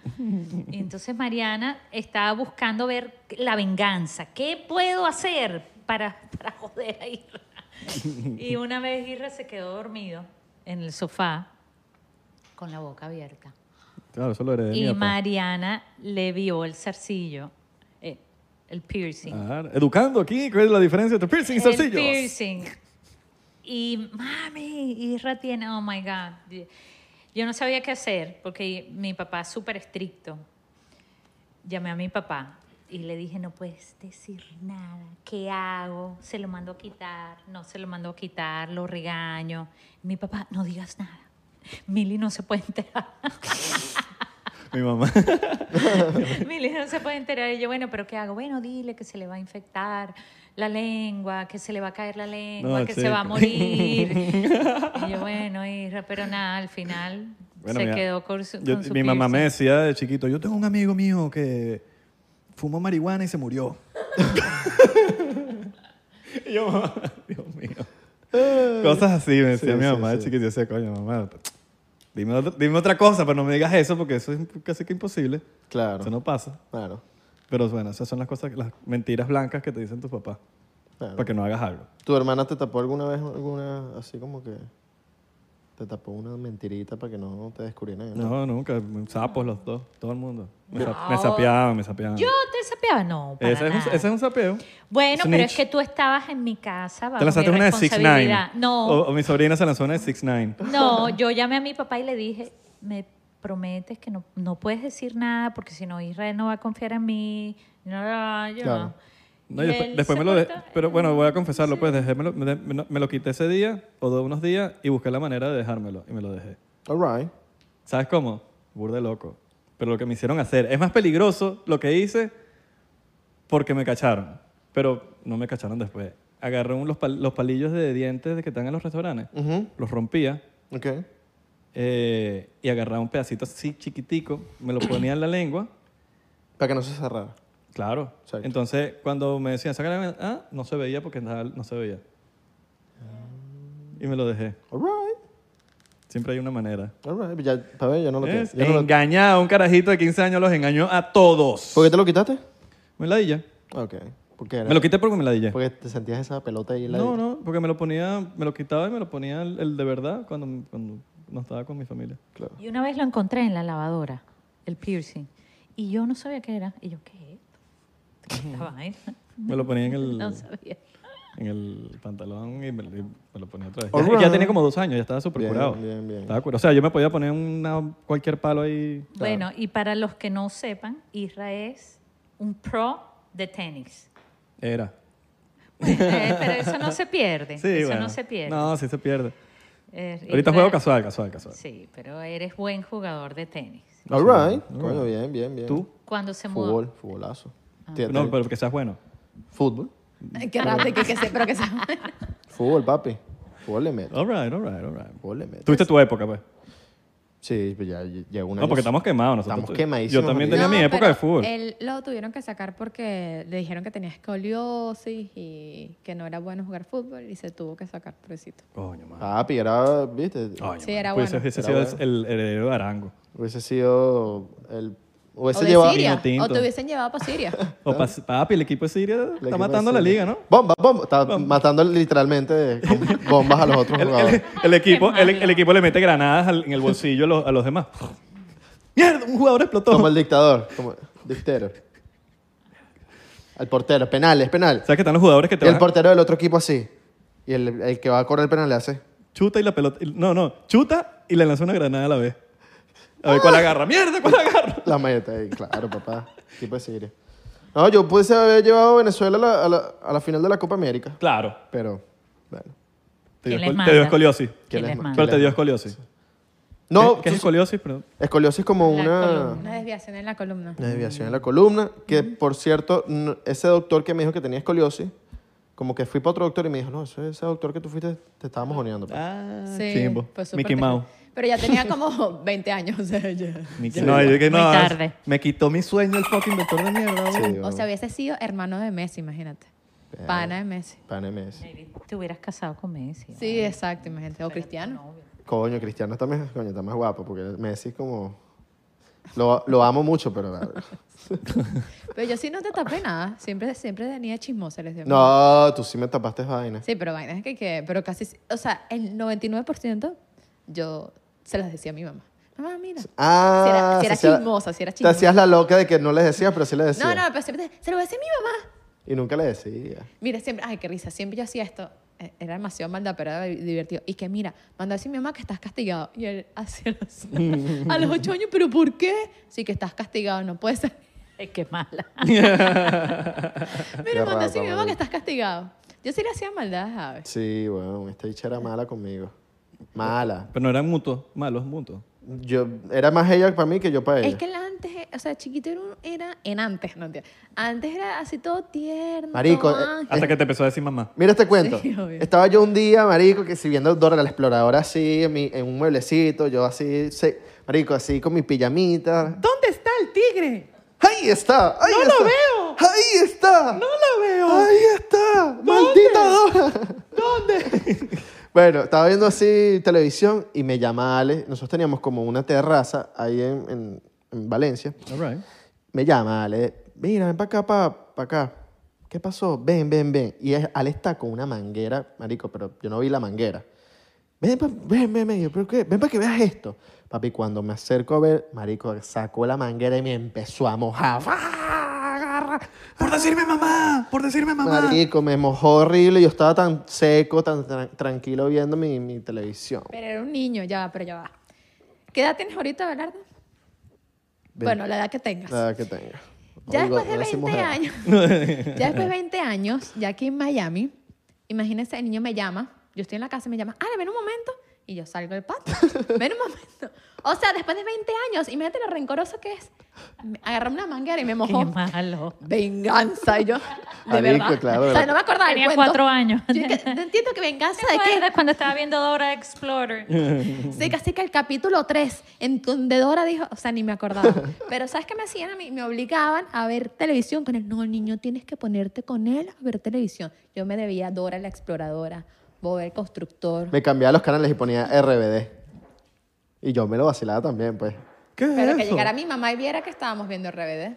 Y entonces Mariana estaba buscando ver la venganza. ¿Qué puedo hacer para, para joder a Irra? Y una vez Irra se quedó dormido en el sofá con la boca abierta. Claro, eso lo heredé de mi Y papá. Mariana le vio el zarcillo, eh, el piercing. Claro. Educando aquí, ¿cuál es la diferencia entre Ah. piercing y el zarcillos? piercing. Y mami, Isra tiene, oh my God. Yo no sabía qué hacer porque mi papá es súper estricto. Llamé a mi papá y le dije, no puedes decir nada. ¿Qué hago? Se lo mando a quitar, no se lo mando a quitar, lo regaño. Mi papá, no digas nada. Mili no se puede enterar. Mi mamá. (laughs) (laughs) Mili no se puede enterar. Y yo, bueno, ¿pero qué hago? Bueno, dile que se le va a infectar la lengua, que se le va a caer la lengua, No, que se va a chica. (laughs) morir. y yo, bueno, Isra, pero nada, al final Bueno, se mira, quedó con su, yo- con su Mi mamá me piercing. decía de chiquito, yo tengo un amigo mío que fumó marihuana y se murió. (laughs) y yo, mamá, Dios mío. Cosas así me decía Sí, mi sí, mamá de sí. chiquito. Yo decía, coño, mamá, dime otra, dime otra cosa, pero no me digas eso porque eso es casi que imposible. Claro. Eso no pasa. Claro. Pero bueno, esas son las cosas, las mentiras blancas que te dicen tus papás claro. para que no hagas algo. ¿Tu hermana te tapó alguna vez alguna, así como que te tapó una mentirita para que no te descubrieran? ¿no? No, nunca. Sapos los dos, todo el mundo. Me, sa- No. me sapeaban, me sapeaban. Yo te sapeaba, no. Para Ese es, un, nada. ese es un sapeo. Bueno, pero es Snitch. que tú estabas en mi casa. Bajo Te lanzaste mi una de 6 9 responsabilidad. No. O, o mi sobrina se lanzó una de 6 9 No, yo llamé a mi papá y le dije, me prometes que no, no puedes decir nada porque si no Israel no va a confiar en mí. No, no, yo Claro. no, Y y después, él después se me lo... de- portó- pero bueno, voy a confesarlo, pues dejé, me, lo, me de- me lo- me lo quité ese día o de unos días y busqué la manera de dejármelo y me lo dejé. All right. ¿Sabes cómo? Burde loco. Pero lo que me hicieron hacer es más peligroso lo que hice porque me cacharon. Pero no me cacharon después. Agarré un- los, pal- los palillos de dientes de que están en los restaurantes, Ujú. los rompía Ok. eh, y agarraba un pedacito así chiquitico, me lo ponía en la (clears throat) lengua. Para que no se cerrara. Claro. Exacto. Entonces, cuando me decían, sácala, ah, no se veía porque nada- no se veía. Y me lo dejé. All right. Siempre hay una manera. All right. Ya, para ver, ya no lo Es tienes. Ya no lo- engañado, un carajito de 15 años los engañó a todos. ¿Por qué te lo quitaste? Me ladilla. Ok. ¿Por qué era? Me lo quité porque me ladillé. Porque te sentías esa pelota ahí. la- No, no, porque me lo ponía, me lo quitaba y me lo ponía el, el de verdad cuando, cuando no estaba con mi familia. Claro. Y una vez lo encontré en la lavadora, el piercing. Y yo no sabía qué era. Y yo, ¿qué (laughs) es esto? ¿Qué es esta vaina? (laughs) Me lo ponía en el, No sabía. en el pantalón y me, y me lo ponía otra vez. All Ya, ya right. tenía como dos años, ya estaba súper Bien, curado. bien, bien. Estaba curado. O sea, yo me podía poner una, cualquier palo ahí. Bueno, y para los que no sepan, Isra es un pro de tenis. (laughs) Era. Eh, pero eso no se pierde. Sí, eso bueno. no se pierde. No, sí se pierde. Eh, Ahorita Isra- juego casual, casual, casual. Sí, pero eres buen jugador de tenis. All right. Coño, bien, bien, bien. ¿Tú? Cuando se mudó. Fútbol, futbolazo. Tía- No, tía- pero que seas bueno. Fútbol. Qué rápido, que, que sé, pero que sé. Fútbol, papi. Fútbol le meto. All right, all right, all right. Fútbol le meto. Tuviste tu época, pues. Sí, pues ya lle- llevo una. No, porque estamos quemados nosotros. Estamos quemadísimos, Yo también amigo. tenía mi No, época pero de fútbol. Él lo tuvieron que sacar porque le dijeron que tenía escoliosis y que no era bueno jugar fútbol y se tuvo que sacar, pobrecito. Coño, madre. Papi, era, viste, Coño, Sí, madre. era Pues bueno. Ese Era sido bueno. el el heredero de Arango. hubiese sido el. O Hubiese de llevado. Siria. Vino O tinto. te hubiesen llevado (laughs) para Siria. O pas- papi, el equipo de Siria ¿Ah? El está equipo matando la de Siria. liga, ¿no? Bomba, bomba. Está matando literalmente (laughs) con bombas a los otros El, jugadores. el- el equipo, el, malo. el equipo le mete granadas al- en el bolsillo a los, a los demás. ¡Mierda! Un jugador explotó. Como el dictador. Como dictero. Al portero. Penal, es penal. ¿Sabes que están los jugadores que te Y el van a- portero del otro equipo así. Y el, el que va a correr el penal le hace. chuta y la pelota? No, no. Chuta y le lanza una granada a la vez. A ver cuál agarra. ¡Mierda! ¿Cuál agarra? La maleta ahí, claro, papá. Equipo de Siria. No, yo pudiese haber llevado a Venezuela a la, a la- a la final de la Copa América. Claro. Pero, bueno. Te dio, ¿Quién les escol- te manda? dio escoliosis. ¿Quién les les manda? manda? Pero te dio escoliosis. No, ¿Qué, qué es sus- escoliosis? Perdón. escoliosis como La una, columna, Una desviación en la columna. una desviación Mm. en la columna. Que, por cierto, n- ese doctor que me dijo que tenía escoliosis, como que fui para otro doctor y me dijo, no, ese, ese doctor que tú fuiste, te estábamos joneando. pues". Ah, Sí, chimbo. fue súper Mickey terrible. Mouse. Pero ya tenía (laughs) como 20 años. O sea, ya. Mickey- No, yo dije, Muy no, tarde. Me quitó mi sueño el fucking doctor de mierda. güey. Sí, O bueno, sea, hubiese sido hermano de Messi, imagínate. Pana de Messi. pana de Messi. Maybe Te hubieras casado con Messi. Sí, exacto, imagínate. O Cristiano. novio. Coño, Cristiano está, más- coño, está más guapo porque Messi es como... Lo, lo amo mucho, pero... (laughs) Pero yo sí no te tapé nada. Siempre, siempre de niña chismosa les digo. No, tú sí me tapaste vainas. Sí, pero vainas que, que pero casi, o sea, el 99% yo se las decía a mi mamá. Mamá, mira. Ah, Si era- si era se hacía- chismosa, si era Te hacías la loca de que no les decías, pero sí les decías. no, no, pero siempre se lo decía a mi mamá. Y nunca les decías. Mira, siempre, ay, qué risa, siempre yo hacía esto. Eh, Era demasiado maldad, pero era divertido. Y que mira, mandó a decir a mi mamá que estás castigado. Y él hacía los- (laughs) a los ocho años, ¿pero por qué? Sí, que estás castigado, no puedes (laughs) ser. Ay, qué (laughs) mala. Qué Mira, mandó a decir a mi raro, mamá que marico. estás castigado. Yo sí le hacía maldad, ¿sabes? Sí, bueno, esta dicha era mala conmigo. Mala. Pero no eran mutuos, malos mutuos. Yo, era más ella para mí que yo para ella. Es que él antes, eh, o sea, chiquito era, un- era en antes, no entiendo. Antes era así todo tierno. Marico, todo eh, ángel. Hasta que te empezó a decir mamá. Mira este cuento. Sí, obvio. Estaba yo un día, marico, que si viendo Dora la Exploradora así, en, mi- en un mueblecito, yo así, se- marico, así con mi pijamita. ¿Dónde está el tigre? ¡Ahí está! ¡Ahí ¡No lo está! veo! ¡Ahí está! ¡No lo veo! ¡Ahí está! ¡Maldita Dora! ¿Dónde? (laughs) Bueno, estaba viendo así televisión y me llama Ale. Nosotros teníamos como una terraza ahí en, en- en Valencia. All right. Me llama Ale. Mira, ven para acá, para acá. ¿Qué pasó? Ven, ven, ven. Y es- Ale está con una manguera, marico, pero yo no vi la manguera. Ven, pa- ven, ven, ven. Yo, ¿pero qué? Ven para que veas esto. Papi, cuando me acerco a ver, marico, sacó la manguera y me empezó a mojar. ¡Ah! Agarra. Por decirme mamá, por decirme mamá. Marico, me mojó horrible. Yo estaba tan seco, tan tra- tranquilo viendo mi, mi televisión. Pero era un niño, ya va, pero ya va. ¿Qué edad tienes ahorita, Bernardo? Bueno, la edad que tengas. Nada que tenga. ya Oigo, después de ahora sí, 20 mujer. años, (laughs) ya después de 20 años, ya aquí en Miami, imagínense, el niño me llama, yo estoy en la casa y me llama, ah, ven un momento. Y yo salgo del patio. (laughs) Ven un momento. O sea, después de 20 años, imagínate lo rencoroso que es. Me- Agarré una manguera y me Qué mojó. malo. Venganza. Y yo, (laughs) de Marico, verdad. claro, o sea, ¿verdad? no me acordaba del Tenía cuento. cuatro años. Yo que- no entiendo que venganza de qué. ¿Recuerdas cuando estaba viendo Dora Explorer? Sí, casi que el capítulo 3, en donde Dora dijo, o sea, ni (laughs) me acordaba. Pero ¿sabes qué me hacían a mí? Me obligaban a ver televisión con él. No, niño, tienes que ponerte con él a ver televisión. Yo me debía a Dora la exploradora, Bob el constructor. Me cambiaba los canales y ponía RBD. Y yo me lo vacilaba también, pues. ¿Qué es Pero que eso? llegara mi mamá y viera que estábamos viendo RBD.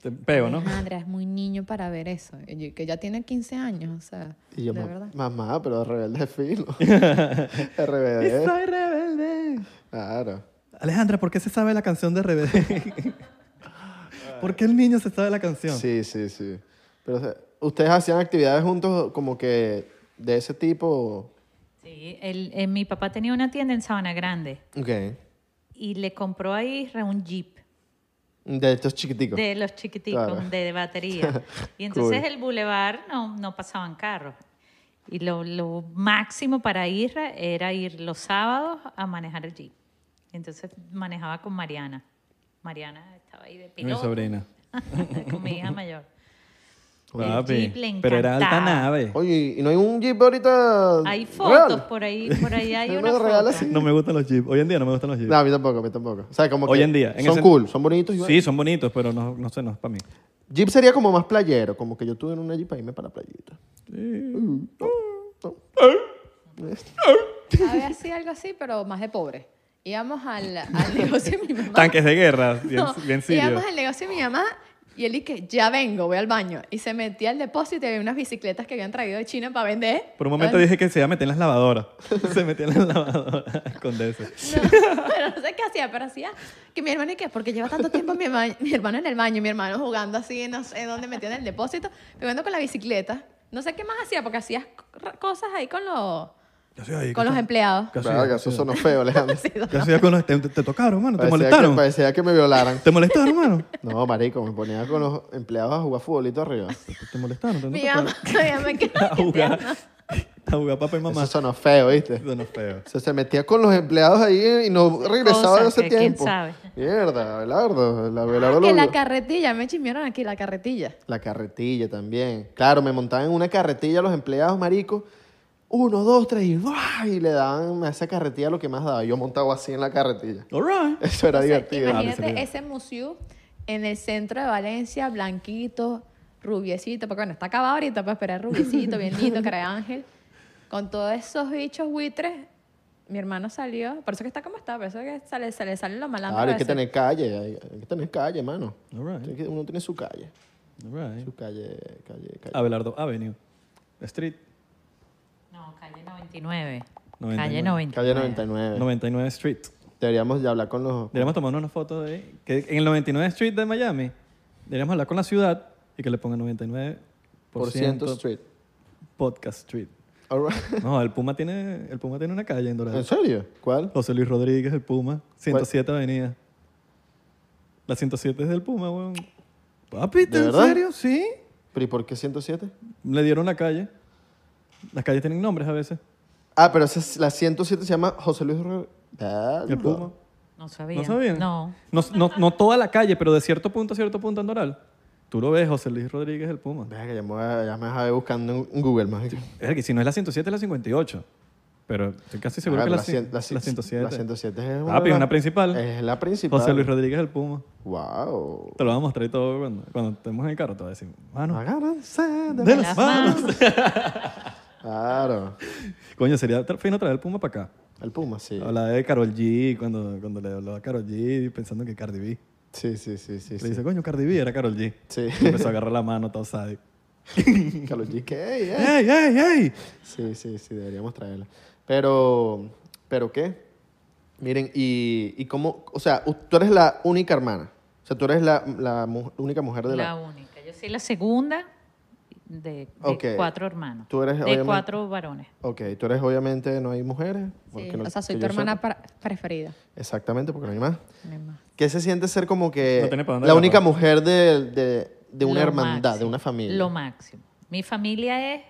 Te pego, ¿no? Alejandra, es muy niño para ver eso. Y yo- que ya tiene 15 años, o sea, Y yo, de "Ma- verdad. mamá, pero rebelde es (laughs) fino. Y RBD. Soy rebelde. Claro. Alejandra, ¿por qué se sabe la canción de (laughs) rebelde? ¿Por qué el niño se sabe la canción? Sí, sí, sí. Pero, o sea, ¿ustedes hacían actividades juntos como que de ese tipo? Sí, él- eh, mi papá tenía una tienda en Sabana Grande Ok. y le compró a Isra un jeep De estos chiquiticos. de los chiquiticos, Claro. de, de (laughs) batería. Y entonces Cool. el bulevar no, no pasaban carros. Y lo, lo máximo para Isra era ir los sábados a manejar el jeep. Entonces manejaba con Mariana. Mariana estaba ahí de Mi piloto. sobrina. (laughs) con mi (laughs) hija mayor. Papi, Jeep le pero era alta encantaba. nave. Oye, ¿y no hay un jeep ahorita? real? Hay fotos pues. por ahí, por ahí hay No (laughs) una me regalas, foto. sí. No me gustan los jeeps. Hoy en día no me gustan los jeeps. No, a mí tampoco, a mí tampoco. O sea, como Hoy que en día. en son ese- cool, son bonitos. Y Sí, son bonitos, pero no, no sé, no es para mí. Jeep sería como más playero, como que yo tuve en una jeep para irme para la playita. Había así algo así, pero más de pobre. Íbamos (laughs) al, al negocio de mi mamá. Tanques de guerra, bien, No, bien sirio. Íbamos al negocio de mi mamá y él que ya vengo, voy al baño. Y se metía al depósito y había unas bicicletas que habían traído de China para vender. Por un momento dije que se iba a meter en las lavadoras. (laughs) se metía en las lavadoras (laughs) con eso. (laughs) No, pero no sé qué hacía, pero hacía que mi hermano y que, porque lleva tanto tiempo mi, herma- mi hermano en el baño, mi hermano jugando así, no sé dónde metió en el depósito, jugando con la bicicleta. No sé qué más hacía, porque hacías c- cosas ahí con los, con los empleados. Verga, eso sonó feo, Alejandro. (laughs) (laughs) Sí, ¿Qué hacías con los... Te, te tocaron, mano. ¿Te Parecía molestaron? Que, parecía que me violaran. (laughs) ¿Te molestaron, (laughs) mano? No, marico, me ponía con los empleados a jugar futbolito arriba. ¿Te molestaron? ¿Te no mi te mamá, mi mamá que- (laughs) A jugar. A jugar papá y (laughs) mamá. Eso sonó feo, ¿viste? Eso no es feo. O sea, se metía con los empleados ahí y no regresaba de Cosas ese que quién tiempo. sabe. Mierda, Abelardo. La, Abelardo que lo- la carretilla, me chismearon aquí la carretilla. La carretilla también. Claro, me montaban en una carretilla los empleados, marico. Uno, dos, tres y, ¡buah! y le daban a esa carretilla lo que más daba. Yo montado así en la carretilla. (laughs) All right. Eso era Entonces, divertido. Dale, Imagínate sí. ese museo en el centro de Valencia, blanquito, rubiecito, porque bueno, está acabado ahorita, pues, pero es rubiecito, bien lindo, cara de ángel. Con todos esos bichos buitres, mi hermano salió, por eso que está como está, por eso que sale, se le salen los malandros. Claro, hay de que ese- tener calle, hay, hay que tener calle, mano. All right. Tiene que- Uno tiene su calle, All right. su calle, calle, calle. Abelardo Avenue. Street No, calle 99. 99. Calle 99. Calle 99. 99 Street. Deberíamos ya hablar con los... Deberíamos tomarnos una foto de... Que en el 99 Street de Miami, deberíamos hablar con la ciudad y que le pongan 99% Por ciento street. Podcast Street. All (laughs) right. No, el Puma tiene, el Puma tiene una calle en Dorado. ¿En serio? ¿Cuál? José Luis Rodríguez, el Puma, 107 Avenida. La 107 es del Puma, weón. Papi, ¿te- ¿De ¿en verdad? serio? Sí. ¿Pero y por qué 107? Le dieron la calle. Las calles tienen nombres a veces. Ah, pero esa es- la 107 se llama José Luis Ro- Ah, El no. Puma. No sabía. ¿No sabían? No. No, no, no toda la calle, pero de cierto punto a cierto punto en Doral. Tú lo ves, José Luis Rodríguez, el Puma. Verga, ya me voy a- ya me vas a ver buscando en Google, más. Es que si no es la 107, es la 58. Pero estoy casi seguro Ah, que pero la, cien- cien- la, cien- 107. La 107 es Papi, de una las- principal. Es la principal. José Luis Rodríguez, el Puma. Wow. Te lo voy a mostrar y todo cuando, cuando estemos en el carro. Te voy a decir, mano, Agárrense Ah, de de la- las Las manos. (laughs) Claro. Coño, sería tra- fino traer el Puma para acá. El Puma, sí. Hablaba de Carol G, cuando, cuando le hablaba a Carol G, pensando que Cardi B. Sí, sí, sí, sí. Le sí. dice, coño, Cardi B era Carol G. Sí. Y empezó a agarrar la mano, todo sabe. (laughs) Carlos G. eh. ¿qué? Ey, ey. ¡Ey, ey, ey! Sí, sí, sí, deberíamos traerla. Pero, ¿pero qué? Miren, y, y cómo, o sea, u- tú eres la única hermana. O sea, tú eres la, la mu- única mujer de la... La única. Yo soy la segunda de, de Ok. cuatro hermanos. Tú eres, de obviamente- cuatro varones. Ok, tú eres obviamente, no hay mujeres. Sí, porque no- o sea, soy que tu yo hermana sepa. par- preferida. Exactamente, porque no hay más. mi mamá. ¿Qué se siente ser como que No tiene pa' dónde la agarrar. única mujer de, de- de una Lo hermandad, de máximo, una familia? Lo máximo. Mi familia es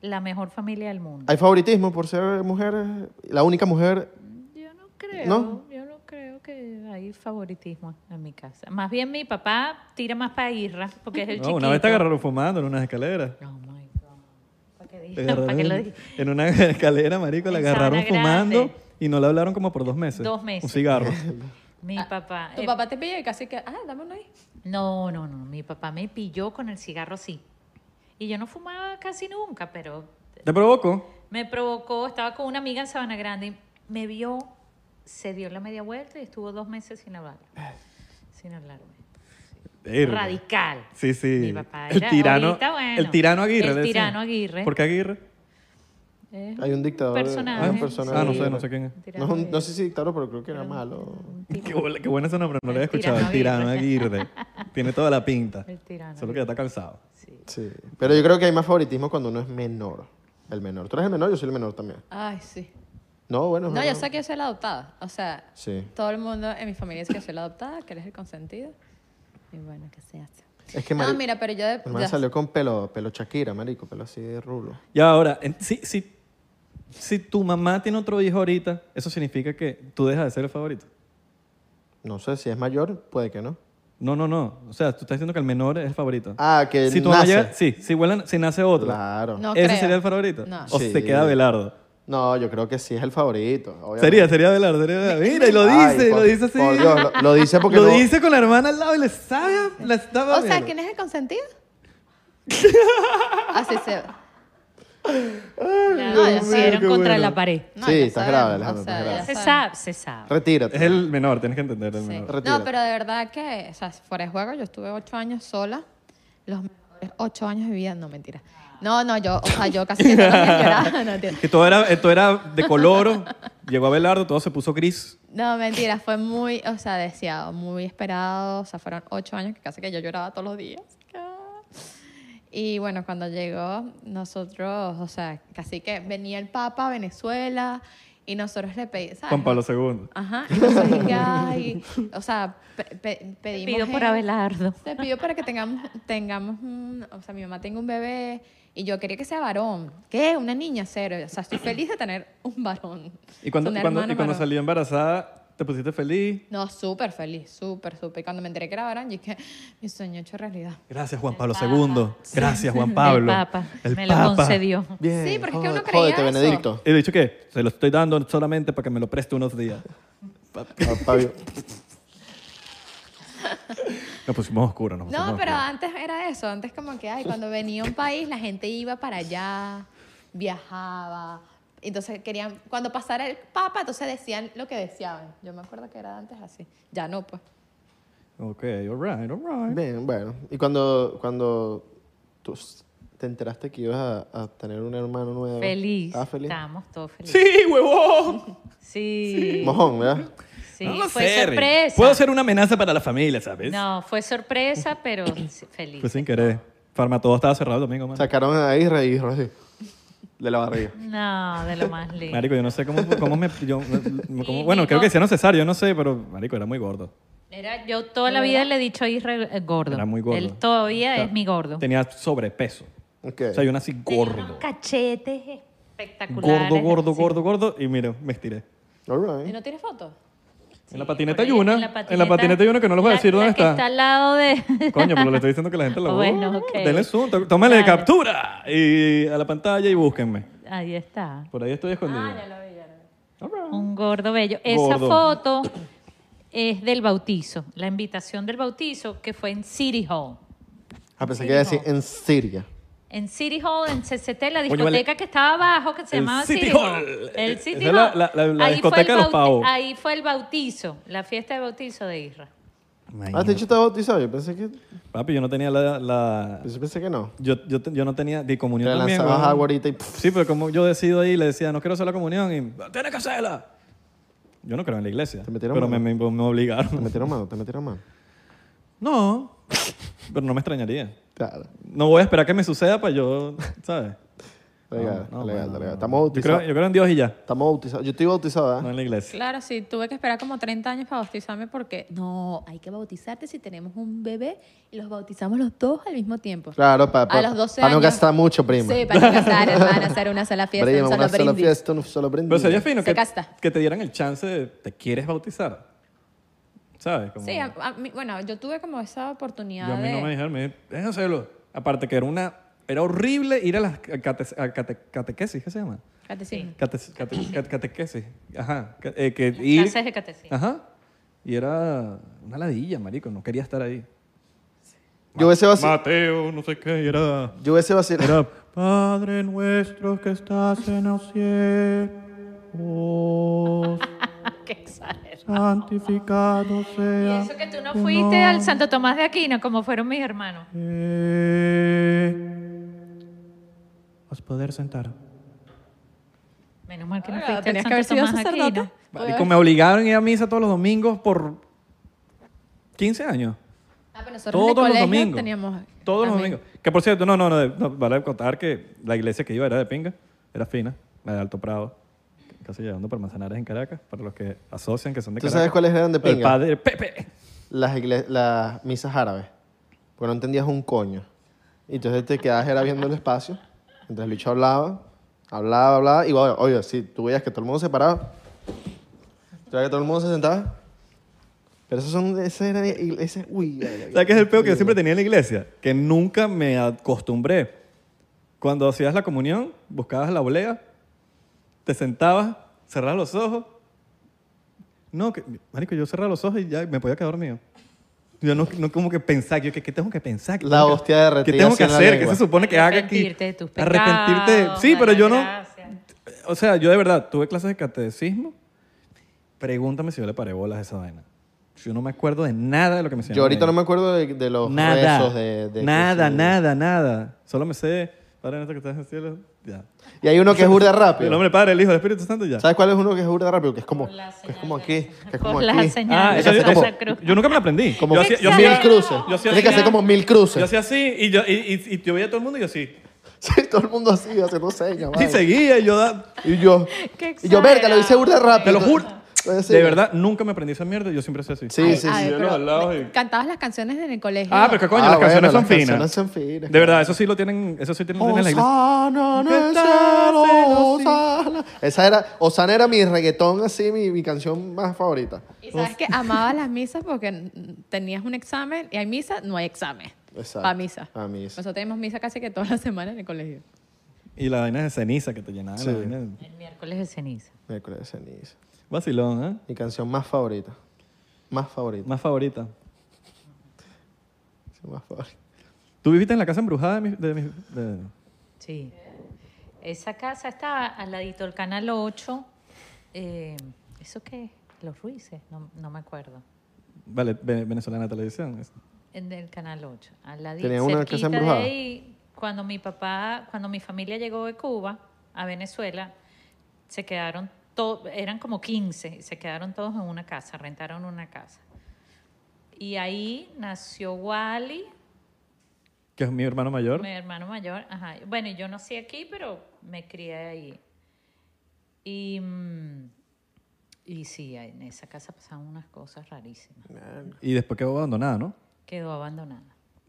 la mejor familia del mundo. ¿Hay favoritismo por ser mujer? La única mujer. Yo no creo, ¿No? yo no creo que hay favoritismo en mi casa. Más bien mi papá tira más para Irra, porque es (laughs) el No, chiquito. una vez te agarraron fumando en unas escaleras. Oh my God. ¿Para qué, Te dije? (laughs) agarraron ¿Para qué lo en, dije? en una (laughs) escalera, marico, la En agarraron Sabana fumando Grande. y no le hablaron como por dos meses. Dos meses. Un (laughs) cigarro. Mi papá. Ah, Tu eh, papá te pilla y casi que, ah, dame uno ahí. No, no, no. Mi papá me pilló con el cigarro así. Y yo no fumaba casi nunca, pero ¿Te provocó? me provocó. Estaba con una amiga en Sabana Grande y me vio, se dio la media vuelta y estuvo dos meses sin hablarme. Sin hablarme. Verga. Radical. Sí, sí. Mi papá el era- tirano, ahorita, bueno, el tirano Aguirre. el le decían. tirano Aguirre. ¿Por qué Aguirre? Es Hay un dictador, personaje. hay Ah, un personaje. Ah, no sé, no sé quién es. Un No, tirano es un- no Aguirre. sé si dictador, pero creo que era malo. Qué, bola- qué bueno ese nombre, no lo había El escuchado. El tirano tirano Aguirre. (laughs) Tiene toda la pinta. El tirano. Solo que ya está cansado. Sí. Sí. Pero yo creo que hay más favoritismo cuando uno es menor. El menor. Tú eres el menor, yo soy el menor también. Ay, sí. No, bueno. No, bueno. yo sé que yo soy la adoptada. O sea, Sí. todo el mundo en mi familia dice que soy la adoptada, que él es el consentido. Y bueno, ¿qué se hace? Es que No, mari- mira, pero yo... mi De, hermana ya- salió con pelo, pelo Shakira, marico, pelo así de rulo. Y ahora, en- si, si, si tu mamá tiene otro hijo ahorita, eso significa que tú dejas de ser el favorito. No sé, si es mayor, puede que no. No, no, no. O sea, tú estás diciendo que el menor es el favorito. Ah, que si tu mamá nace. llega- sí, si, vuelan- si nace otro. Claro. No ¿Ese creo. sería el favorito? No. ¿O Sí. se queda Abelardo? No, yo creo que sí es el favorito. obviamente. Sería, sería Abelardo. Sería, mira, y lo Ay, dice, por- lo dice así. Por Dios, lo, lo dice (laughs) porque lo no- dice con la hermana al lado y le sabe, a- la estaba O sea, viendo. ¿quién es (laughs) el consentido? Así se... La No, ya pusieron qué contra bueno. la pared. No, Sí, ya estás sabemos, grave, Alejandro, o sea, estás ya grave. Se sabemos. sabe, se sabe. Retírate. Es el menor, tienes que entender el Sí. menor. Retírate. No, pero de verdad que, o sea, fuera de juego, yo estuve ocho años sola, los mejores ocho años de vida, no, mentira. No, no, yo, o sea, yo casi que todos los días lloraba, (laughs) no, mentira. Que todo era, eh, todo era de color, (laughs) llegó Abelardo, todo se puso gris. No, mentira, fue muy, o sea, deseado, muy esperado, o sea, fueron ocho años que casi que yo lloraba todos los días. Y bueno, cuando llegó, nosotros, o sea, casi que venía el Papa a Venezuela y nosotros le pedimos, Ah, ¿sabes? Juan Pablo II. Ajá, y nosotros dije, "Ay", o sea, pe- pe- pedimos... Pido por esto. Abelardo. Se pidió para que tengamos, tengamos, un- o sea, mi mamá tenga un bebé y yo quería que sea varón. ¿Qué? Una niña, cero. O sea, estoy feliz de tener un varón. Y cuando, Un y cuando, y hermano cuando varón. salió embarazada, te pusiste feliz. No, súper feliz, súper, súper. Y cuando me enteré que era varón, dije, mi sueño hecho realidad. Gracias, Juan Pablo II. Gracias, Juan Pablo. (laughs) El Papa. El me Papa. lo concedió. Bien, Sí, porque es que jódete, uno creía jódete, eso. Benedicto. He dicho que se lo estoy dando solamente para que me lo preste unos días. Ah, Fabio. Nos pusimos oscuros. Nos pusimos No, pero ah. oscuros. antes era eso. Antes como que, ay, cuando venía un país, la gente iba para allá, viajaba. Entonces querían, cuando pasara el papa, entonces decían lo que deseaban. Yo me acuerdo que era antes así. Ya no, pues. Ok, alright, alright. Bien, bueno. Y cuando, cuando tú s- te enteraste que ibas a, a tener un hermano nuevo. Feliz. Ah, feliz. Estábamos todos felices. ¡Sí, huevón! Sí. Mojón, ¿verdad? sí. No lo fue sé, Rick. sorpresa. Puedo ser una amenaza para la familia, ¿sabes? No, fue sorpresa, (coughs) pero sí, feliz. Fue Pues sin querer. Farma, todo estaba cerrado el domingo, mano. Sacaron a Isra y Isra así, De la barriga. No, de lo más lindo. Marico, yo no sé cómo, cómo me... (laughs) yo- cómo- Y bueno, mi creo co- que hicieron cesárea, yo no sé, pero Marico era muy gordo. Era, yo toda la vida le he dicho a Israel eh, gordo. Era muy gordo. Él todavía Claro. es mi gordo. Tenía sobrepeso. Ok. O sea, yo nací Tenía unos gordo. cachetes espectaculares. Gordo, gordo, Sí. gordo, gordo. Y mira, me estiré. All ¿Y right. no tienes fotos? en Sí, la patineta por hay ahí, una. En la patineta hay una que no les voy a la- decir la dónde que está. Está al lado (laughs) de. Coño, pero le estoy diciendo que la gente lo (laughs) Bueno, ok. Denle zoom, tó- tómenle Dale. captura y a la pantalla y búsquenme. (laughs) Ahí está. Por ahí estoy escondido. All right. Un gordo bello. Esa Gordo. foto es del bautizo, la invitación del bautizo que fue en City Hall. A pesar Ah, que iba a decir en Siria. En City Hall, en CCT, la Coño, discoteca vale. que estaba abajo, que se El llamaba City City, Hall. Hall. Esa El City es la- Hall. la- la- la Ahí fue discoteca el de los bauti- pavos. Ahí fue el bautizo, la fiesta de bautizo de Isra. Ah, te Imagínate. hecho Pues estaba bautizado. Yo pensé que, Papi, yo no tenía la... la- yo pensé que no. yo, yo, te- yo no tenía de Te comunión la también. lanzabas weón. agua ahorita y. pff, Sí, pero como yo decido ahí, le decía, no quiero hacer la comunión y... ¡Tienes que hacerla! Yo no creo en la iglesia. Te metieron pero me, mano. me, me Te obligaron. (laughs) metieron mano, te metieron mano. No, pero no me extrañaría. Claro. No voy a esperar que me suceda para yo, pues ¿sabes? Legal, No, no, legal, bueno, legal. no. Yo Estamos creo, bautizados. yo creo en Dios y ya, Estamos bautizados. Yo estoy bautizado, ¿eh? no en la iglesia. Claro, sí, tuve que esperar como 30 años para bautizarme porque no, hay que bautizarte si tenemos un bebé y los bautizamos los dos al mismo tiempo. Claro, para a los 12 no años. gastar mucho, prima. Sí, para no gastar, hermana, hacer una (laughs) sola fiesta, Prima, un solo una sola brindis. fiesta, un solo brindis. Pero sería fino Se que, casta. que te dieran el chance de, ¿te quieres bautizar? ¿Sabes? Como- Sí, a- a mí- bueno, yo tuve como esa oportunidad Yo a mí de... no me dijeron, me dijeron, "Deja de hacerlo". Aparte que era una, era horrible ir a las cate- a cate- catequesis, ¿qué se llama? Catecismo. Cate- cate- cate- catequesis, ajá. ca- eh, que ir- Clases de catecismo. Ajá. Y era una ladilla, marico, no quería estar ahí. Yo hubiese vacilado. Mateo, no sé qué, y era, Yo hubiese vacilado. era, Padre nuestro que estás en los cielos, (laughs) Qué exagerado. santificado Y sea. eso que tú no fuiste al Santo Tomás de Aquino, como fueron mis hermanos. Os poder sentar. Menos mal que no Oiga, fuiste al Ah, tenías que Santo haber sido Tomás de sacerdote. Aquino. Marico, me obligaron a ir a misa todos los domingos por 15 años. Ah, pero nosotros en el Todos los colegio domingos. teníamos... Todos los también. domingos. Que por cierto, no, no, no, no, vale contar que la iglesia que iba era de pinga, era fina, la de Alto Prado, casi llegando por Manzanares en Caracas, para los que asocian que son de ¿Tú Caracas. sabes cuáles eran de El pinga? padre Pepe. Las, igle- las misas árabes. Porque no entendías un coño. Y entonces te quedabas era viendo el espacio. Entonces el bicho hablaba, hablaba, hablaba. Y bueno, oye, si tú veías que todo el mundo se paraba, tú veías que todo el mundo se sentaba. Pero esos son, esas eran, esas, uy, ay, ay, ¿Sabes qué es el peo que yo siempre tenía en la iglesia? Que nunca me acostumbré. Cuando hacías la comunión, buscabas la oblea, te sentabas, cerrabas los ojos. No, que, marico, yo cerraba los ojos y ya me podía quedar dormido. Yo no, no como que pensar, yo que, tengo que pensar. ¿Qué La tengo que- hostia derretida ¿Qué tengo que así en la hacer? ¿Qué lengua. se supone que haga aquí? Arrepentirte de tus pecados. Arrepentirte. de- Sí, dar pero las yo no. gracias. O sea, yo de verdad tuve clases de catecismo. Pregúntame si yo le paré bolas a esa vaina. Yo no me acuerdo de nada de lo que me enseñaron. Yo ahorita ahí. no me acuerdo de, de los Nada. rezos de, de- nada, sí. nada, nada. Solo me sé, Padre nuestro que estás en el cielo, ya. Y hay uno que es burda El rápido. nombre del Padre, el Hijo, el Espíritu Santo, ya. ¿Sabes cuál es uno que es burda rápido? Que es como, la que es como aquí, que señal de es como Por aquí. las Ah, señales eso de es como- Santa Cruz. yo nunca me la aprendí. Como yo, mil hacía- yo hacía- cruces. Yo hacía Tienes que así. hacer como mil Yo cruces. hacía así y yo, y, y- y yo veía a todo el mundo y yo así. Sí, todo el mundo así, haciendo señas. Y Ah, vale. seguía y yo... da- Y yo, Qué y yo, verga, lo hice exagerado. burda rápido. te lo juro. Lo hice- De verdad, nunca me aprendí esa mierda. Yo siempre hacía así. Sí, sí, Ay, sí. yo Ah, pero los alabos y- Cantabas las canciones en el colegio. Ah, pero qué coño, Ah, las bueno, canciones son las finas. canciones son finas. Oh, De verdad, eso sí lo tienen, eso sí tienen en la iglesia. Osana en el Que estás cielo, en los Osana. Esa era, Osana era mi reggaetón, así, mi, mi canción más favorita. Y sabes que amaba las misas porque mm, tenías un examen y hay misa, no hay examen. Exacto. A misa. Pa' misa. Nosotros tenemos misa casi que todas las semanas en el colegio. Y la vaina de ceniza que te llenaba. Sí. La vaina de... El miércoles de ceniza. Miércoles de ceniza. Vacilón, ¿eh? Mi canción más favorita. Más favorita. Más favorita. Sí, más favorita. ¿Tú viviste en la casa embrujada de mis... de mis- de- Sí. Esa casa estaba al ladito del Canal 8. Eh, ¿Eso qué? es? Los Ruices, no, no me acuerdo. Vale, ve- venezolana televisión. es- En el Canal 8. Al ladito, Tenía una casa cerquita embrujada. de ahí, cuando mi papá, cuando mi familia llegó de Cuba a Venezuela, se quedaron todos, eran como 15, y se quedaron todos en una casa, rentaron una casa. Y ahí nació Wally, Que es mi hermano mayor. mi hermano mayor. Ajá. Bueno, y yo nací aquí, pero me crié ahí. Y, mm, y sí, en esa casa pasaban unas cosas rarísimas. Y después quedó abandonada, ¿no? Quedó abandonada.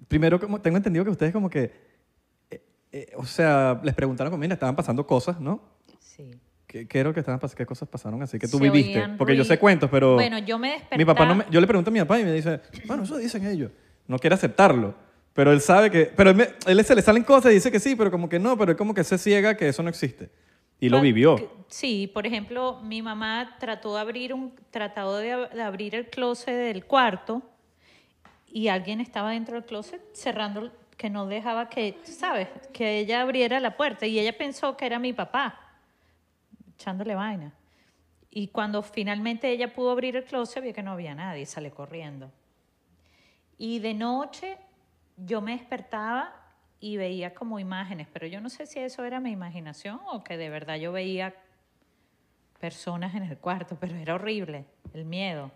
Primero, como, tengo entendido que ustedes como que... eh, eh, o sea, les preguntaron, como, mira, estaban pasando cosas, ¿no? Sí. ¿Qué, qué era lo que estaban pasando? ¿Qué cosas pasaron así que tú Se viviste? oían Porque yo sé ruidos. cuentos, pero... Bueno, yo me despertaba. Mi papá no me- yo le pregunto a mi papá y me dice, bueno, eso dicen ellos. No quiere aceptarlo. Pero él sabe que... Pero él, me- él se le salen cosas y dice que sí, pero como que no, pero él como que se ciega que eso no existe. Y lo Por- vivió. que- Sí, por ejemplo, mi mamá trató de abrir un, trató de, ab- de abrir el closet del cuarto y alguien estaba dentro del closet cerrando, el- que no dejaba que, ¿sabes? Que ella abriera la puerta y ella pensó que era mi papá echándole vaina. Y cuando finalmente ella pudo abrir el closet, vio que no había nadie, sale corriendo. Y de noche yo me despertaba y veía como imágenes, pero yo no sé si eso era mi imaginación o que de verdad yo veía personas en el cuarto, pero era horrible el miedo.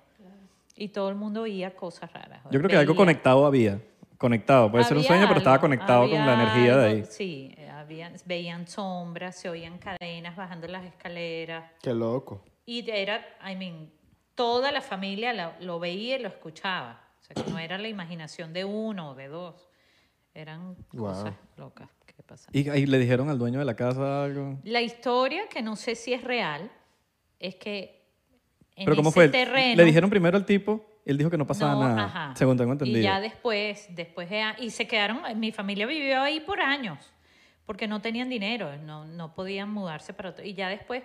Y todo el mundo oía cosas raras. Yo creo que algo Veía. conectado había. Conectado. Puede ser un Había sueño, pero estaba algo, conectado con la había energía de algo, ahí. Sí, eh, habían, veían sombras, se oían cadenas bajando las escaleras. Qué loco. Y era, I mean, toda la familia la- lo veía y lo escuchaba. O sea, que no era la imaginación de uno o de dos. Eran Wow. cosas locas que pasaban. Y, y le dijeron al dueño de la casa algo. La historia, que no sé si es real, es que en Pero ¿cómo ese fue? terreno... Le dijeron primero al tipo, él dijo que no pasaba No, nada, ajá. según tengo entendido. Y ya después, después de a- y se quedaron, mi familia vivió ahí por años, porque no tenían dinero, no, no podían mudarse para otro. Y ya después,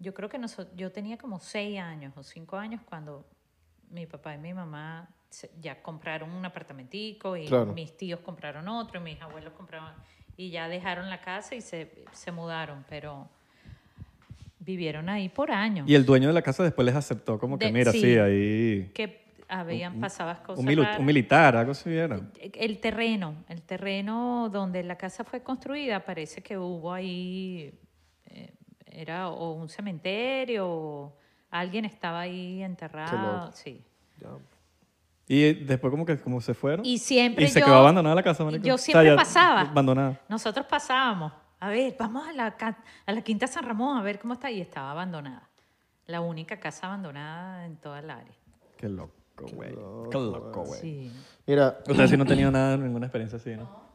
yo creo que nosotros, yo tenía como seis años o cinco años cuando mi papá y mi mamá se- ya compraron un apartamentico y Claro. mis tíos compraron otro y mis abuelos compraron y ya dejaron la casa y se, se mudaron, pero vivieron ahí por años. Y el dueño de la casa después les aceptó como que, De- mira, sí, sí. ahí... que habían pasado cosas Un, milu- raras. un militar, algo así era. El terreno, el terreno donde la casa fue construida, parece que hubo ahí, eh, era o un cementerio, o alguien estaba ahí enterrado, loco. sí. Y después como que como se fueron. Y siempre Y se yo- quedó abandonada la casa, marico. yo O sea, siempre ya pasaba. Abandonada. Nosotros pasábamos, a ver, vamos a la, ca- a la Quinta San Ramón a ver cómo está, y estaba abandonada. La única casa abandonada en toda el área. Qué loco, güey. Qué loco, güey. Sí. Mira, Ustedes sí no han tenido nada, ninguna experiencia así, ¿no?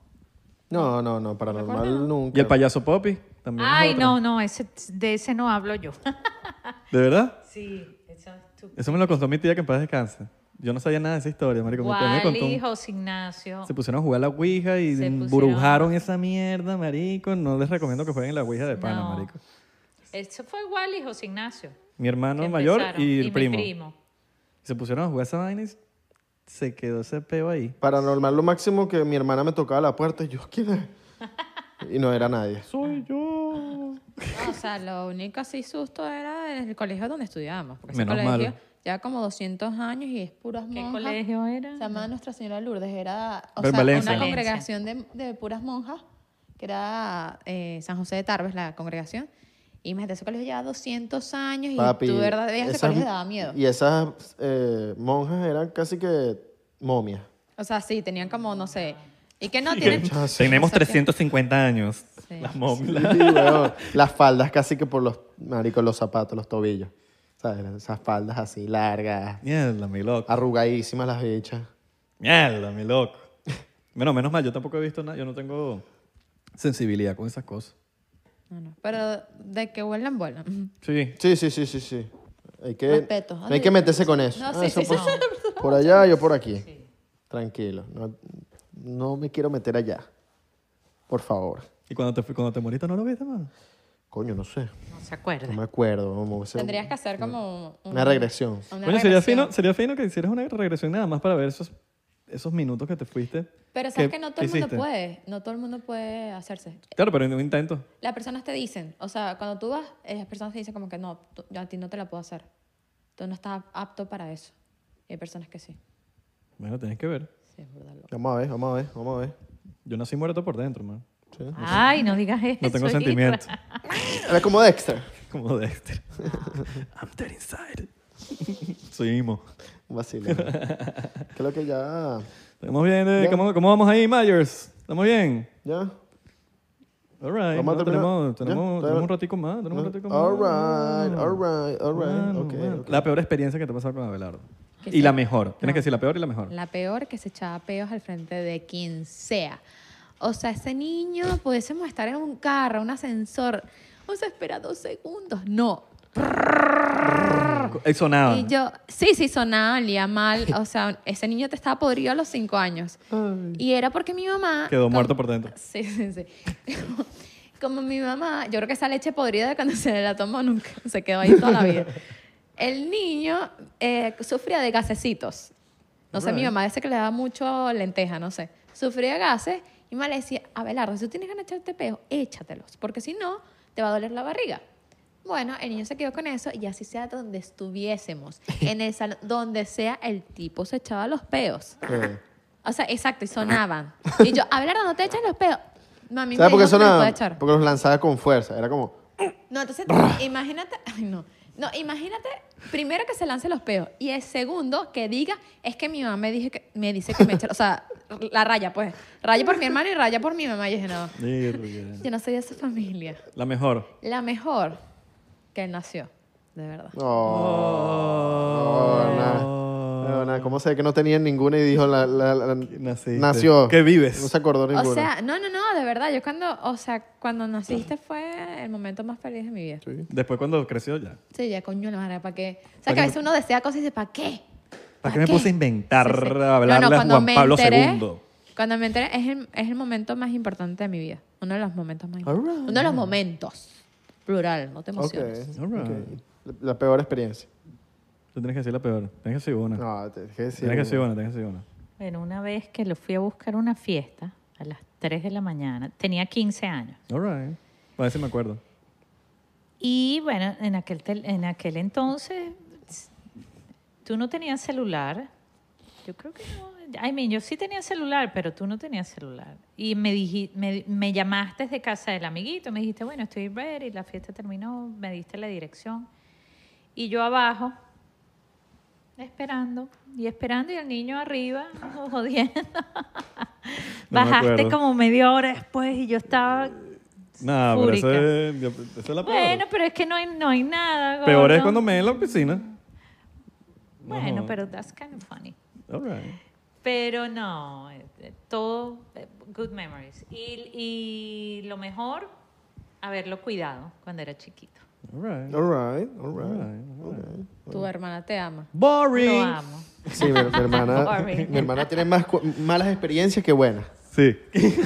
no, no, no, paranormal nunca. Y el payaso Poppy también. es Ay, otra. no, no, ese, de ese no hablo yo. (laughs) ¿De verdad? sí, eso es tu... Eso me lo contó mi tía que en paz descansa. Yo no sabía nada de esa historia, marico. Mi tía me contó. Wally, un- José Ignacio. Se pusieron a jugar la Ouija y Se pusieron- brujaron esa mierda, marico. No les recomiendo que jueguen la Ouija de pana, No. marico. Eso fue Wally y José Ignacio. Mi hermano que Ah, mayor empezaron, y el mi primo. Se pusieron a jugar esa vaina y se quedó ese peo ahí. Paranormal lo máximo que mi hermana me tocaba la puerta y yo, ¿quién es?" Y no era nadie. Ah. Soy yo. No, o sea, lo único así susto era en el colegio donde estudiábamos. Porque Menos ese colegio mal. lleva como 200 años y es puras ¿Qué monjas. colegio era? Se llamaba Nuestra Señora Lourdes. Era o Pero en sea, Valencia. una Valencia. congregación de, de puras monjas, que era eh, San José de Tarbes, la congregación. Y imagínate, ese colegio lleva 200 años y Papi. tú, verdad, veías ese esas- colegio y daba miedo. Y esas eh, monjas eran casi que momias. O sea, sí, tenían como, no sé. Y que no tienen. Tenemos o sea, que- 350 años. Sí. Las mom- Sí, la- weón. las faldas casi que por los, marico, los zapatos, los tobillos. ¿Sabes? Esas faldas así largas, Mierda, mi loco. arrugadísimas las bichas. Mierda, mi loco. Bueno, menos mal, yo tampoco he visto nada. Yo no tengo sensibilidad con esas cosas. No, no. Pero de que vuelan, vuelan. Sí. Sí, sí, sí, sí, sí. Hay que, Respeto. no hay que meterse con eso. No, Ah, sí, eso sí, por, sí, por allá, yo por aquí. Tranquilo. No, no me quiero meter allá. Por favor. ¿Y cuando te, fui- cuando te moriste no lo viste, mano? Coño, no sé. No se acuerda. No me acuerdo. Como ese- Tendrías que hacer como. un- Una regresión. una Bueno, sería regresión. fino, sería fino que hicieras una regresión nada más para ver esos, esos minutos que te fuiste. Pero sabes que no todo el mundo hiciste. puede, no todo el mundo puede hacerse. Claro, pero en un intento. Las personas te dicen, o sea, cuando tú vas, eh, las personas te dicen como que no, tú- yo a ti no te la puedo hacer. Tú no estás apto para eso. Y hay personas que sí. Bueno, tienes que ver. Sí, es verdad. loco. Vamos a ver, vamos a ver, vamos a ver. Yo nací muerto por dentro, man. Sí. Ay, no digas eso. No (laughs) tengo Isra. sentimientos. Era como Dexter. (laughs) Como Dexter. (laughs) I'm dead inside. (laughs) Soy emo. Un vacilón. Creo que ya. ¿Estamos bien? eh? Ya. ¿Cómo, ¿Cómo vamos ahí, Myers? ¿Estamos bien? Ya. All right. Vamos a no, tenemos, terminar. Ya, tenemos, está tenemos bien. un ratico más. Tenemos un All ratico right, más. all right, all right. Bueno, Ok, bueno. ok. La peor experiencia que te ha pasado con Abelardo. Que Y sí. la mejor. Tienes No. que decir la peor y la mejor. La peor que se echaba peos al frente de quien sea. O sea, ese niño, pudiésemos estar en un carro, un ascensor. O sea, espera dos segundos. No. Él sonaba. Y yo, sí, sí, sonaba, olía mal. O sea, ese niño te estaba podrido a los cinco años. Y era porque mi mamá... Quedó como- muerto por dentro. (laughs) Sí, sí, sí. Como mi mamá, yo creo que esa leche podrida de cuando (laughs) se la tomó nunca se quedó ahí toda la vida. El niño eh, sufría de gasecitos. No sé, mi Right. mamá dice que le daba mucho lenteja, no sé. Sufría de gases y mi mamá le decía, Abelardo, si tú tienes ganas de echarte peo, échatelos, porque si no, te va a doler la barriga. Bueno, el niño se quedó con eso y así sea donde estuviésemos, en el salón, donde sea, el tipo se echaba los peos. Eh. O sea, exacto, y sonaban. (laughs) Y yo, Abelardo, no te echas los pedos. Mami, ¿Sabes me por qué dijo que no sonaba? puedo echar. Porque los lanzaba con fuerza. Era como. No, entonces, imagínate. (laughs) Ay, no. No, imagínate, primero que se lance los peos. Y el segundo, que diga, es que mi mamá me, dije que, me dice que me eche. O sea, la raya, pues. Raya por mi hermano y raya por mi mamá. Y yo dije, no, Verga. yo no soy de esa familia. La mejor. La mejor que él nació, de verdad. Oh, no. No, no, ¿Cómo sé que no tenían ninguna y dijo la, la- la- Naciste. nació? Que vives. No se acordó ninguna. O sea, no, no, no, de verdad. Yo cuando, o sea, cuando naciste fue el momento más feliz de mi vida. Sí. Después cuando creció ya. Sí, ya coño la madre, ¿para qué? O ¿Pa' sea, qué que a me- veces uno desea cosas y dice, ¿para qué? ¿Para qué me puse a inventar a hablarle a cuando Juan me Pablo enteré- II? Cuando me enteré, es el, es el momento más importante de mi vida. Uno de los momentos más All right. importantes. Uno de los momentos. Plural, no te emociones. Ok, All right. ok. La, la peor experiencia. Tú tienes que decir la peor. Tienes que decir una. No, te dije sí. tienes que decir una, tienes que decir una. Bueno, una vez que lo fui a buscar a una fiesta a las 3 de la mañana, tenía 15 años. All right. A ver si me acuerdo. Y bueno, en aquel, tel- en aquel entonces, s- tú no tenías celular. Yo creo que no. I mean, yo sí tenía celular, pero tú no tenías celular. Y me, diji- me, me llamaste desde casa del amiguito, me dijiste, bueno, estoy ready, la fiesta terminó, me diste la dirección. Y yo abajo, esperando, y esperando, y el niño arriba, (laughs) jodiendo. No me Bajaste acuerdo. como media hora después y yo estaba... Nada, pero eso fúrica. es, yo- eso es la peor. Bueno, pero es que no hay, no hay nada. peor es gordo. cuando me en la piscina. Bueno, Ajá. pero that's kind of funny. All right. Pero no, eh, eh, todo eh, good memories. Y, y lo mejor, haberlo cuidado cuando era chiquito. All right. All right, all right. All right, all right. ok. Tu hermana te ama. Lo Boring. amo. Sí, mi, mi (laughs) hermana, Boring. mi hermana tiene más cu- malas experiencias que buenas. Sí. (laughs)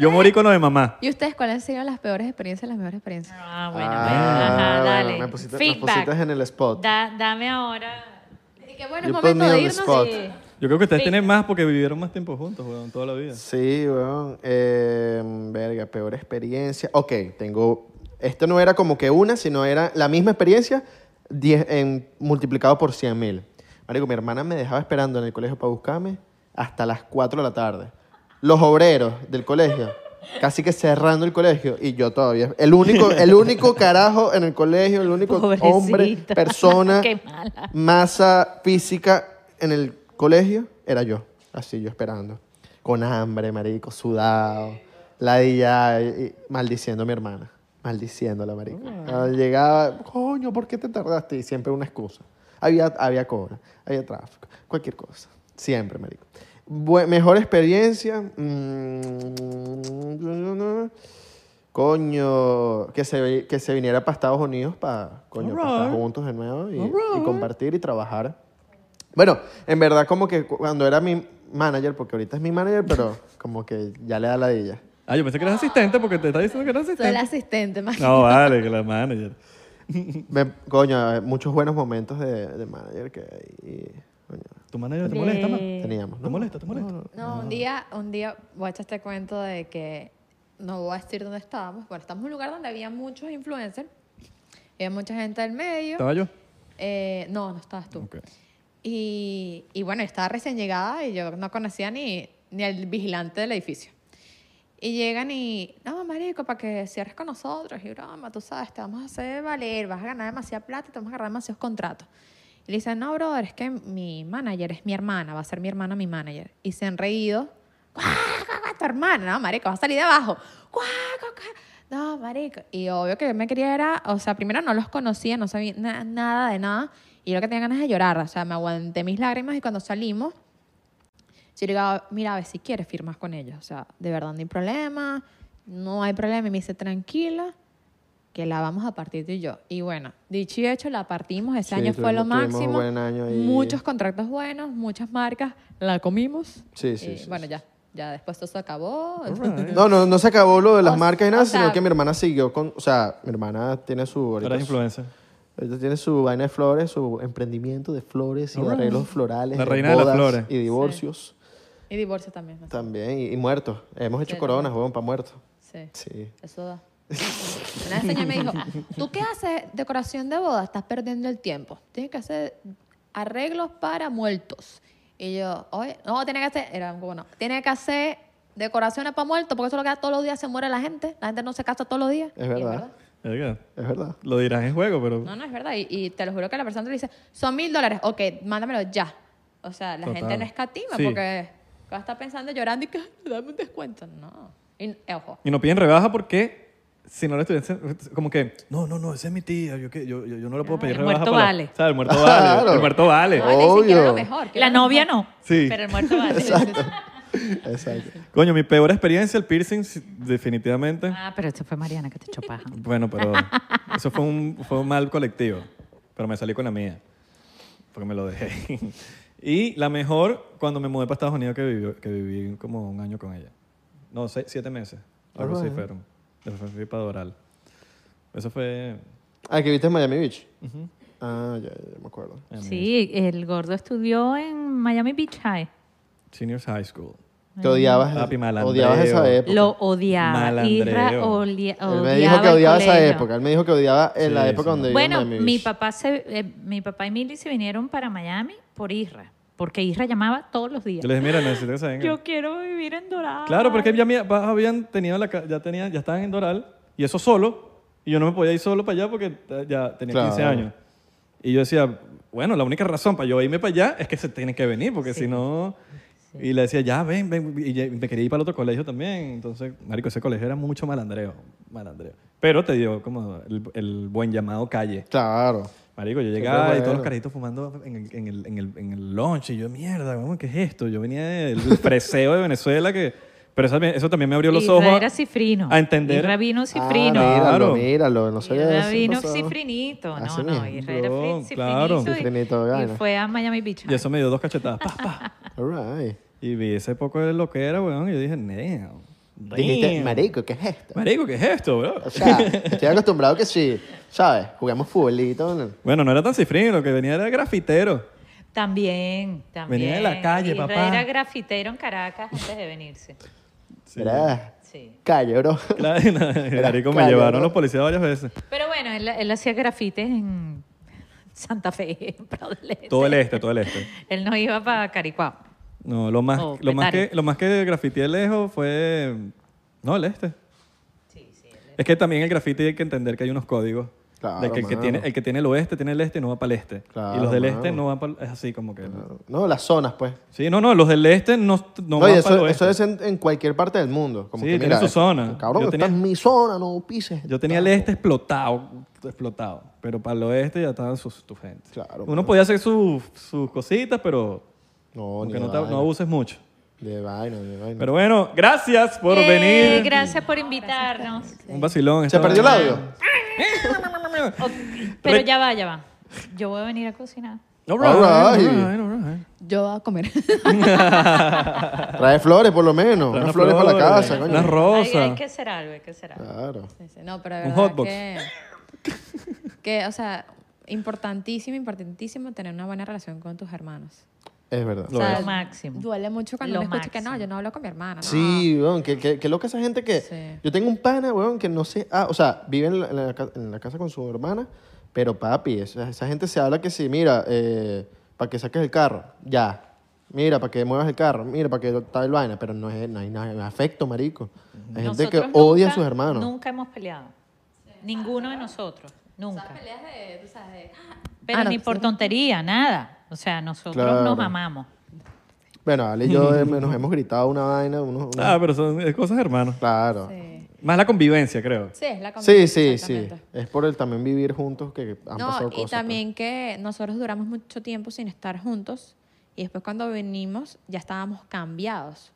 Yo morí con lo de mamá. ¿Y ustedes cuáles han sido las peores experiencias, las mejores experiencias? Ah, bueno, Ah, bueno, ajá, bueno, dale. me pusiste- me Feedback. pusiste en el spot. Da- dame ahora. Y que bueno, You es put momento me de on the irnos. spot. y- Yo creo que ustedes tienen más porque vivieron más tiempo juntos, weón, toda la vida. Sí, weón. Eh, verga, peor experiencia. Ok, tengo. Esto no era como que una, sino era la misma experiencia diez- en- multiplicado por 100 mil. Marico, mi hermana me dejaba esperando en el colegio para buscarme hasta las 4 de la tarde. Los obreros del colegio, casi que cerrando el colegio, y yo todavía. El único, el único carajo en el colegio, el único hombre, Pobrecito. persona, (laughs) Qué mala. masa física en el colegio era yo, así yo esperando, con hambre, marico, sudado, la y maldiciendo a mi hermana, maldiciéndola, marico. Ah. Cuando Llegaba, coño, ¿por qué te tardaste? Y siempre una excusa. Había, había cobra, había tráfico, cualquier cosa, siempre, marico. Bue- mejor experiencia, mm, coño, que se, vi- que se viniera para Estados Unidos para, coño, pa' estar Alright. juntos de nuevo y, Alright. y compartir y trabajar. Bueno, en verdad como que cu- cuando era mi manager, porque ahorita es mi manager, (laughs) pero como que ya le da la ella. Ah, yo pensé que eras asistente porque te estaba diciendo que eras Soy asistente. (laughs) la asistente, más No, vale, que la manager. coño, eh, muchos buenos momentos de, de manager que ahí, coño, Tu manager te molesta, man. Eh, teníamos. ¿Te molesta? ¿Te molesta? No, un día, un día voy a echar este cuento de que no voy a decir dónde estábamos. Bueno, estamos en un lugar donde había muchos influencers, había mucha gente del medio. ¿Estaba yo? Eh, no, no estabas tú. Ok. Y, y bueno, yo estaba recién llegada y yo no conocía ni, ni al vigilante del edificio. Y llegan y, no, marico, para que cierres con nosotros y broma, tú sabes, te vamos a hacer valer, vas a ganar demasiada plata, y te vamos a agarrar demasiados contratos. Y le dicen, no, brother, es que mi manager es mi hermana, va a ser mi hermana mi manager. Y se han reído, ¡Guau, guau, guau, tu hermana, no, marico, va a salir de abajo. ¡Guau, guau, guau! No, marico. Y obvio que yo me quería era, o sea, primero no los conocía, no sabía na- nada de nada. Y yo lo que tenía ganas de llorar, o sea, me aguanté mis lágrimas y cuando salimos, yo le digo, mira, a ver si quieres firmas con ellos. O sea, de verdad no hay problema, no hay problema. Y me dice, tranquila, que la vamos a partir tú y yo. Y bueno, dicho y hecho, la partimos. Ese Sí, año fue lo tuvimos- tuvimos máximo. buen año ahí. Muchos contratos buenos, muchas marcas. La comimos. Sí, sí, Y, sí, eh, Bueno, sí. ya. Ya después todo eso acabó. No, no, no se acabó lo de las O- marcas y nada, o sea- sino que mi hermana siguió con, o sea, mi hermana tiene su, Tú ahorita eras su- influencer. Ella tiene su vaina de flores, su emprendimiento de flores y Alright. arreglos florales. La reina de las bodas flores. Y divorcios Y divorcio también. ¿no? también. Y, y muertos. Hemos hecho Sí, coronas, huevón, para muertos. Sí. Sí. (laughs) Eso da. Una vez el señor me dijo, ¿tú qué haces decoración de boda? Estás perdiendo el tiempo. Tienes que hacer arreglos para muertos. Y yo, oye, no, tiene que hacer, era como no, tiene que hacer decoraciones para muertos, porque eso es lo que hace todos los días se muere la gente. La gente no se casa todos los días. Es Y verdad. Verga, Es (laughs) verdad. Lo dirás en juego, pero. No, no, es verdad. Y, y te lo juro que la persona te dice, son mil dólares. Ok, mándamelo ya. O sea, la Total. gente no escatima Sí. porque Que va a estar pensando llorando y que "Ay, dame un descuento. No. Y, eh, ojo. Y no piden rebaja porque si no le estuviesen, como que, no, no, no, esa es mi tía, yo, que, yo, yo, yo no Ah, le puedo pedir el rebaja. muerto para- vale. ¿sabes? El muerto vale. Claro. El muerto vale. No, ni siquiera lo Obvio. mejor. La novia no, Sí. pero el muerto vale. Exacto. Coño, mi peor experiencia, el piercing, sí, definitivamente. Ah, pero esto fue Mariana que te echó paja. Bueno, pero eso fue un, fue un mal colectivo. Pero me salí con la mía. Porque me lo dejé. Y la mejor, cuando me mudé para Estados Unidos, que viví, que viví como un año con ella. No, seis- siete meses. Algo así Alright. fueron. Después fui para Doral. Eso fue... Ah, que viste en Miami Beach. Ah, ya, ya, ya me acuerdo. en mi Sí, el gordo estudió en Miami Beach High. Seniors High School. Te odiabas, Papi, malandreo. odiabas esa época. Lo odiaba. Malandreo. Isra olia- odiaba Él me dijo que el odiaba esa colegio. época. Él me dijo que odiaba en la Sí, época sí. donde vivía en Bueno, Miami mi Beach. papá, se, eh, mi papá y Milly se vinieron para Miami por Isra, porque Isra llamaba todos los días. Yo les dije, mira, necesito que se vengan. Yo quiero vivir en Dorado. Claro, porque ya, mi- pa- habían tenido la, ca- ya tenían, ya estaban en Doral y eso solo y yo no me podía ir solo para allá porque ta- ya tenía Claro. 15 años. Y yo decía, bueno, la única razón para yo irme para allá es que se tienen que venir porque si no y le decía, ya ven, ven y ya- me quería ir para el otro colegio también, entonces, marico, ese colegio era mucho malandreo, malandreo. Pero te dio como el, el buen llamado calle. Claro. Marico, yo Siempre llegaba y todos bueno. los carajitos fumando en el, en, el, en, el, en el lunch y yo, mierda, ¿cómo, ¿qué es esto? Yo venía del preseo de Venezuela que... Pero eso, también- eso también me abrió los Isra ojos a- era cifrino. a entender. Isra vino Ah, cifrino. Claro. míralo, míralo. No sabía Isra eso, vino pasaba. cifrinito. No, Así no, mismo. Isra era No, fri- claro. cifrinito. y- Cifrinito, y, vaina. fue a Miami Beach. Y eso me dio dos cachetadas. pa, pa. All right. Y vi ese poco de lo que era, weón, y yo dije, damn. Dijiste, damn. marico, ¿qué es esto? Marico, ¿qué es esto, bro? O sea, estoy acostumbrado que sí, ¿sabes? Jugamos futbolito. ¿no? Bueno, no era tan cifrino, lo que venía era grafitero. También, también. Venía de la calle, Isra papá. era grafitero en Caracas antes de venirse. Era Sí. calle, bro. Claro, (laughs) y nada, Era marico, me caro, llevaron ¿no? los policías varias veces. Pero bueno, él, él hacía grafites en Santa Fe, (laughs) en Prado del Este. Todo el este, todo el este. Él no iba para Caricuao. No, lo más, O lo más que Oh, Petare. lo más que grafiteé lejos fue no el este. este. Es que también el grafiti hay que entender que hay unos códigos. Claro, de que el, que mano. tiene, el que tiene el oeste tiene el este y no va para el este. y Claro, los del mano. este no van para Es así como que... No, las zonas, pues. Sí, no, no, los del este no, no Oye, van para el eso, oeste. eso es en, en cualquier parte del mundo. Como Sí, que, tiene mira, su eh, zona. Cabrón, Yo esta tenía- es mi zona, no pises. Yo tenía el este explotado, explotado. Pero para el oeste ya estaban sus, tu gente. Claro, Uno mano. podía hacer sus- sus cositas, pero... No, como ni que de no, te- vaina. no abuses mucho. De vaina, de vaina. Pero bueno, gracias por Eh, venir. Gracias por invitarnos. Un vacilón. ¿Se estaba- perdió el audio? Ok, Pero Re- ya va, ya va. Yo voy a venir a cocinar. All right, all right, Yo voy a (laughs) comer. Trae flores, por lo menos. Unas flores para la casa, coño. Unas Hay, hay rosas. que hacer algo, hay que hacer algo. Claro. Sí, sí. No, pero de Un verdad hotbox. que, que, o sea, importantísimo, importantísimo tener una buena relación con tus hermanos. Es verdad. Lo o sea, es. máximo. Duele mucho cuando Lo uno escucha que no, máximo. yo no hablo con mi hermana. no. Sí, weón, que, que, que loca esa gente que... Ah. Sí. Yo tengo un pana, weón, que no sé... Ah, o sea, vive en la, en la ca- en la casa con su hermana, pero papi, esa, esa gente se habla que sí, mira, para que saques el carro, ya. Mira, para que muevas el carro, mira, para que tal vaina, pero no, es, no hay nada de afecto, marico. Hay gente que Nosotros odia a nunca- sus hermanos. Nunca hemos peleado. Ninguno de nosotros. Nunca. Peleas de, tú sabes, de, "Ah, Pero Ah, no, ni por sí. tontería, nada. O sea, nosotros Claro. nos amamos. Bueno, Ale y (laughs) yo eh, nos hemos gritado una vaina, unos... unos- Ah, pero son es cosas hermanas. claro. Sí. Más la convivencia, creo. Sí, es la Sí, convivencia, sí, sí. exactamente. Es por el también vivir juntos que han pasado No, cosas. y pues. también que nosotros duramos mucho tiempo sin estar juntos y después cuando venimos ya estábamos cambiados.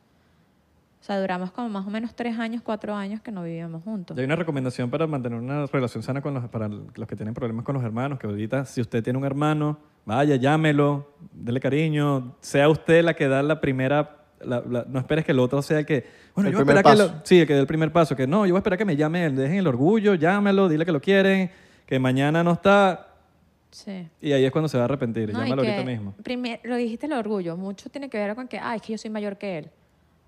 O sea, duramos como más o menos tres años, cuatro años que no vivíamos juntos. Hay una recomendación para mantener una relación sana con los, para los que tienen problemas con los hermanos, que ahorita si usted tiene un hermano, vaya, llámelo, dele cariño, sea usted la que da la primera, la- la- no esperes que el otro sea el que, bueno, El yo voy a primer esperar que, paso. lo- sí, el que dé el primer paso, que no, yo voy a esperar que me llame él, dejen el orgullo, llámelo, dile que lo quieren, que mañana no está, Sí. y ahí es cuando se va a arrepentir, No, y llámalo que ahorita mismo. primer- lo dijiste el orgullo, mucho tiene que ver con que, ah, es que yo soy mayor que él.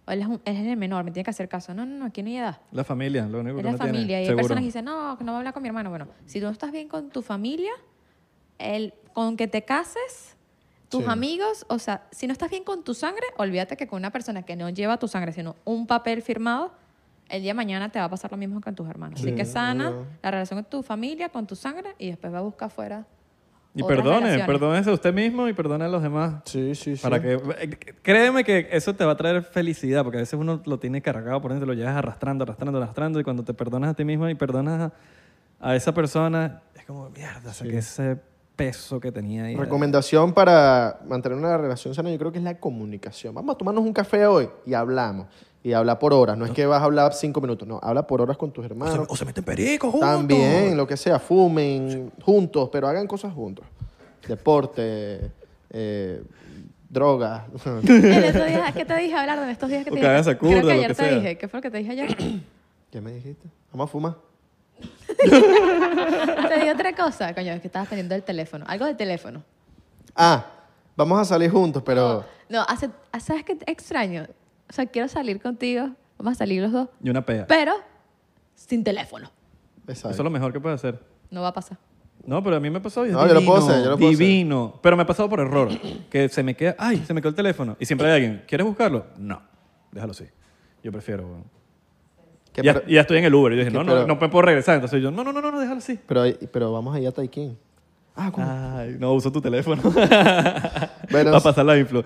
O él es, un- él es el menor, me tiene que hacer caso. No, no, no, aquí no hay edad. La familia, lo único Es que la uno tiene, familia. y hay seguro. personas que dicen, no, que no voy a hablar con mi hermano. Bueno, si tú no estás bien con tu familia, el, con que te cases, tus Sí. amigos, o sea, si no estás bien con tu sangre, olvídate que con una persona que no lleva tu sangre, sino un papel firmado, el día de mañana te va a pasar lo mismo que con tus hermanos. Así que sana verdad. la relación con tu familia, con tu sangre, y después va a buscar afuera Y otras perdone, relaciones. perdónese usted mismo y perdone a los demás. Sí, sí, sí. Para que, eh, créeme que eso te va a traer felicidad, porque a veces uno lo tiene cargado por dentro, lo llevas arrastrando, arrastrando, arrastrando, y cuando te perdonas a ti mismo y perdonas a, a esa persona, es como, mierda, saqué ese peso que tenía ahí. Recomendación para mantener una relación sana, yo creo que es la comunicación. Vamos a tomarnos un café hoy y hablamos. Y habla por horas. No es que vas a hablar cinco minutos, no. Habla por horas con tus O se, hermanos. o se meten pericos juntos. También, lo que sea. Fumen juntos, pero hagan cosas juntos. Deporte, eh, drogas. (laughs) (laughs) El otro día, ¿qué te dije hablar de estos días que O te que dije? hagas a curda, Creo que lo ayer que te sea. dije. ¿Qué fue lo que te dije ayer? (coughs) ¿Qué me dijiste? Vamos a fumar. te dije otra cosa. Coño, es que estabas pendiente del teléfono. Algo del teléfono. Ah, vamos a salir juntos, Ah. pero... No, hace, ¿sabes qué extraño? O sea, quiero salir contigo. Vamos a salir los dos. Y una pea. Pero sin teléfono. Exacto. Eso es lo mejor que puedes hacer. No va a pasar. No, pero a mí me pasó y es No, yo lo puedo hacer, yo lo puedo hacer. divino. Pero me ha pasado por error, que se me queda, ay, se me quedó el teléfono. Y siempre hay alguien, ¿quieres buscarlo? No, déjalo así. Yo prefiero, bueno. Que ya, pero, ya estoy en el Uber. Yo dije, que no, pero- no, no me puedo regresar. Entonces yo, no, no, no, no, no, déjalo así. pero, pero vamos allá a Taikin. Ah, ¿cómo? Ay, no, uso tu (laughs) teléfono. Bueno, Para pasar la influ.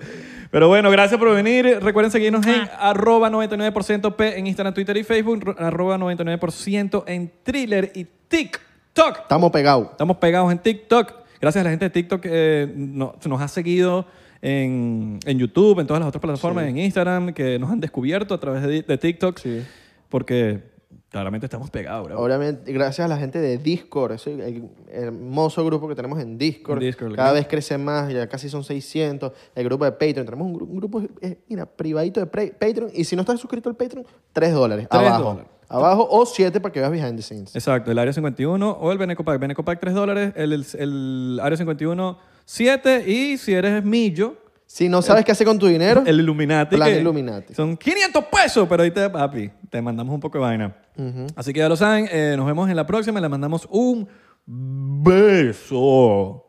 Pero bueno, gracias por venir. Recuerden seguirnos en arroba 99% P en Instagram, Twitter y Facebook. ro- Arroba 99% en Thriller y TikTok. Estamos pegados. Estamos pegados en TikTok. Gracias a la gente de TikTok eh, no- nos ha seguido en, en YouTube, en todas las otras plataformas, en Instagram, que nos han descubierto a través de, de TikTok. Sí. Porque claramente estamos pegados, bro. Obviamente, gracias a la gente de Discord, ese el hermoso grupo que tenemos en Discord. En Discord, Cada ¿no? vez crece más, ya casi son 600. El grupo de Patreon, tenemos un, gru- un grupo eh, mira, privadito de pre- Patreon. Y si no estás suscrito al Patreon, 3 dólares. Tres abajo. dólares. Abajo o 7 para que veas behind the scenes. Exacto, el Área 51 o el Benecopac. Benecopac 3 dólares, el, el, el Área 51 7 y si eres millo, Si no sabes qué hacer con tu dinero, el Illuminati. Plan que Illuminati. Son 500 pesos, pero ahí te, papi, te mandamos un poco de vaina. Así que ya lo saben, eh, nos vemos en la próxima y le mandamos un beso.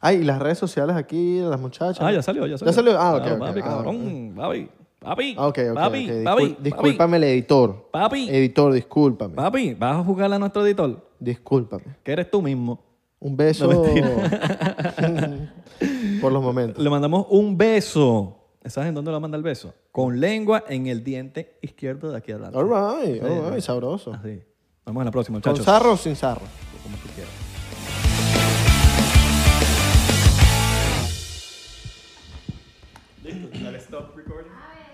ay, y las redes sociales aquí, las muchachas. Ah, ya salió, ya salió. Ya salió. Ah, ok. Claro, ok, papi, ah, cabrón, papi, papi, Ah, ok, ok, papi, ok. Discul- papi, discúlpame el editor. Papi. Editor, discúlpame. Papi, vas a jugarle a nuestro editor, Discúlpame. que eres tú mismo. Un beso. No, (laughs) por los momentos. Le mandamos un beso. ¿Sabes en dónde lo manda el beso? Con lengua en el diente izquierdo de aquí adelante. All right, all right, sabroso. Así. Vamos a la próxima, ¿Con muchachos. sarro o sin sarro? Como tú quieras. Listo, dale stop recording.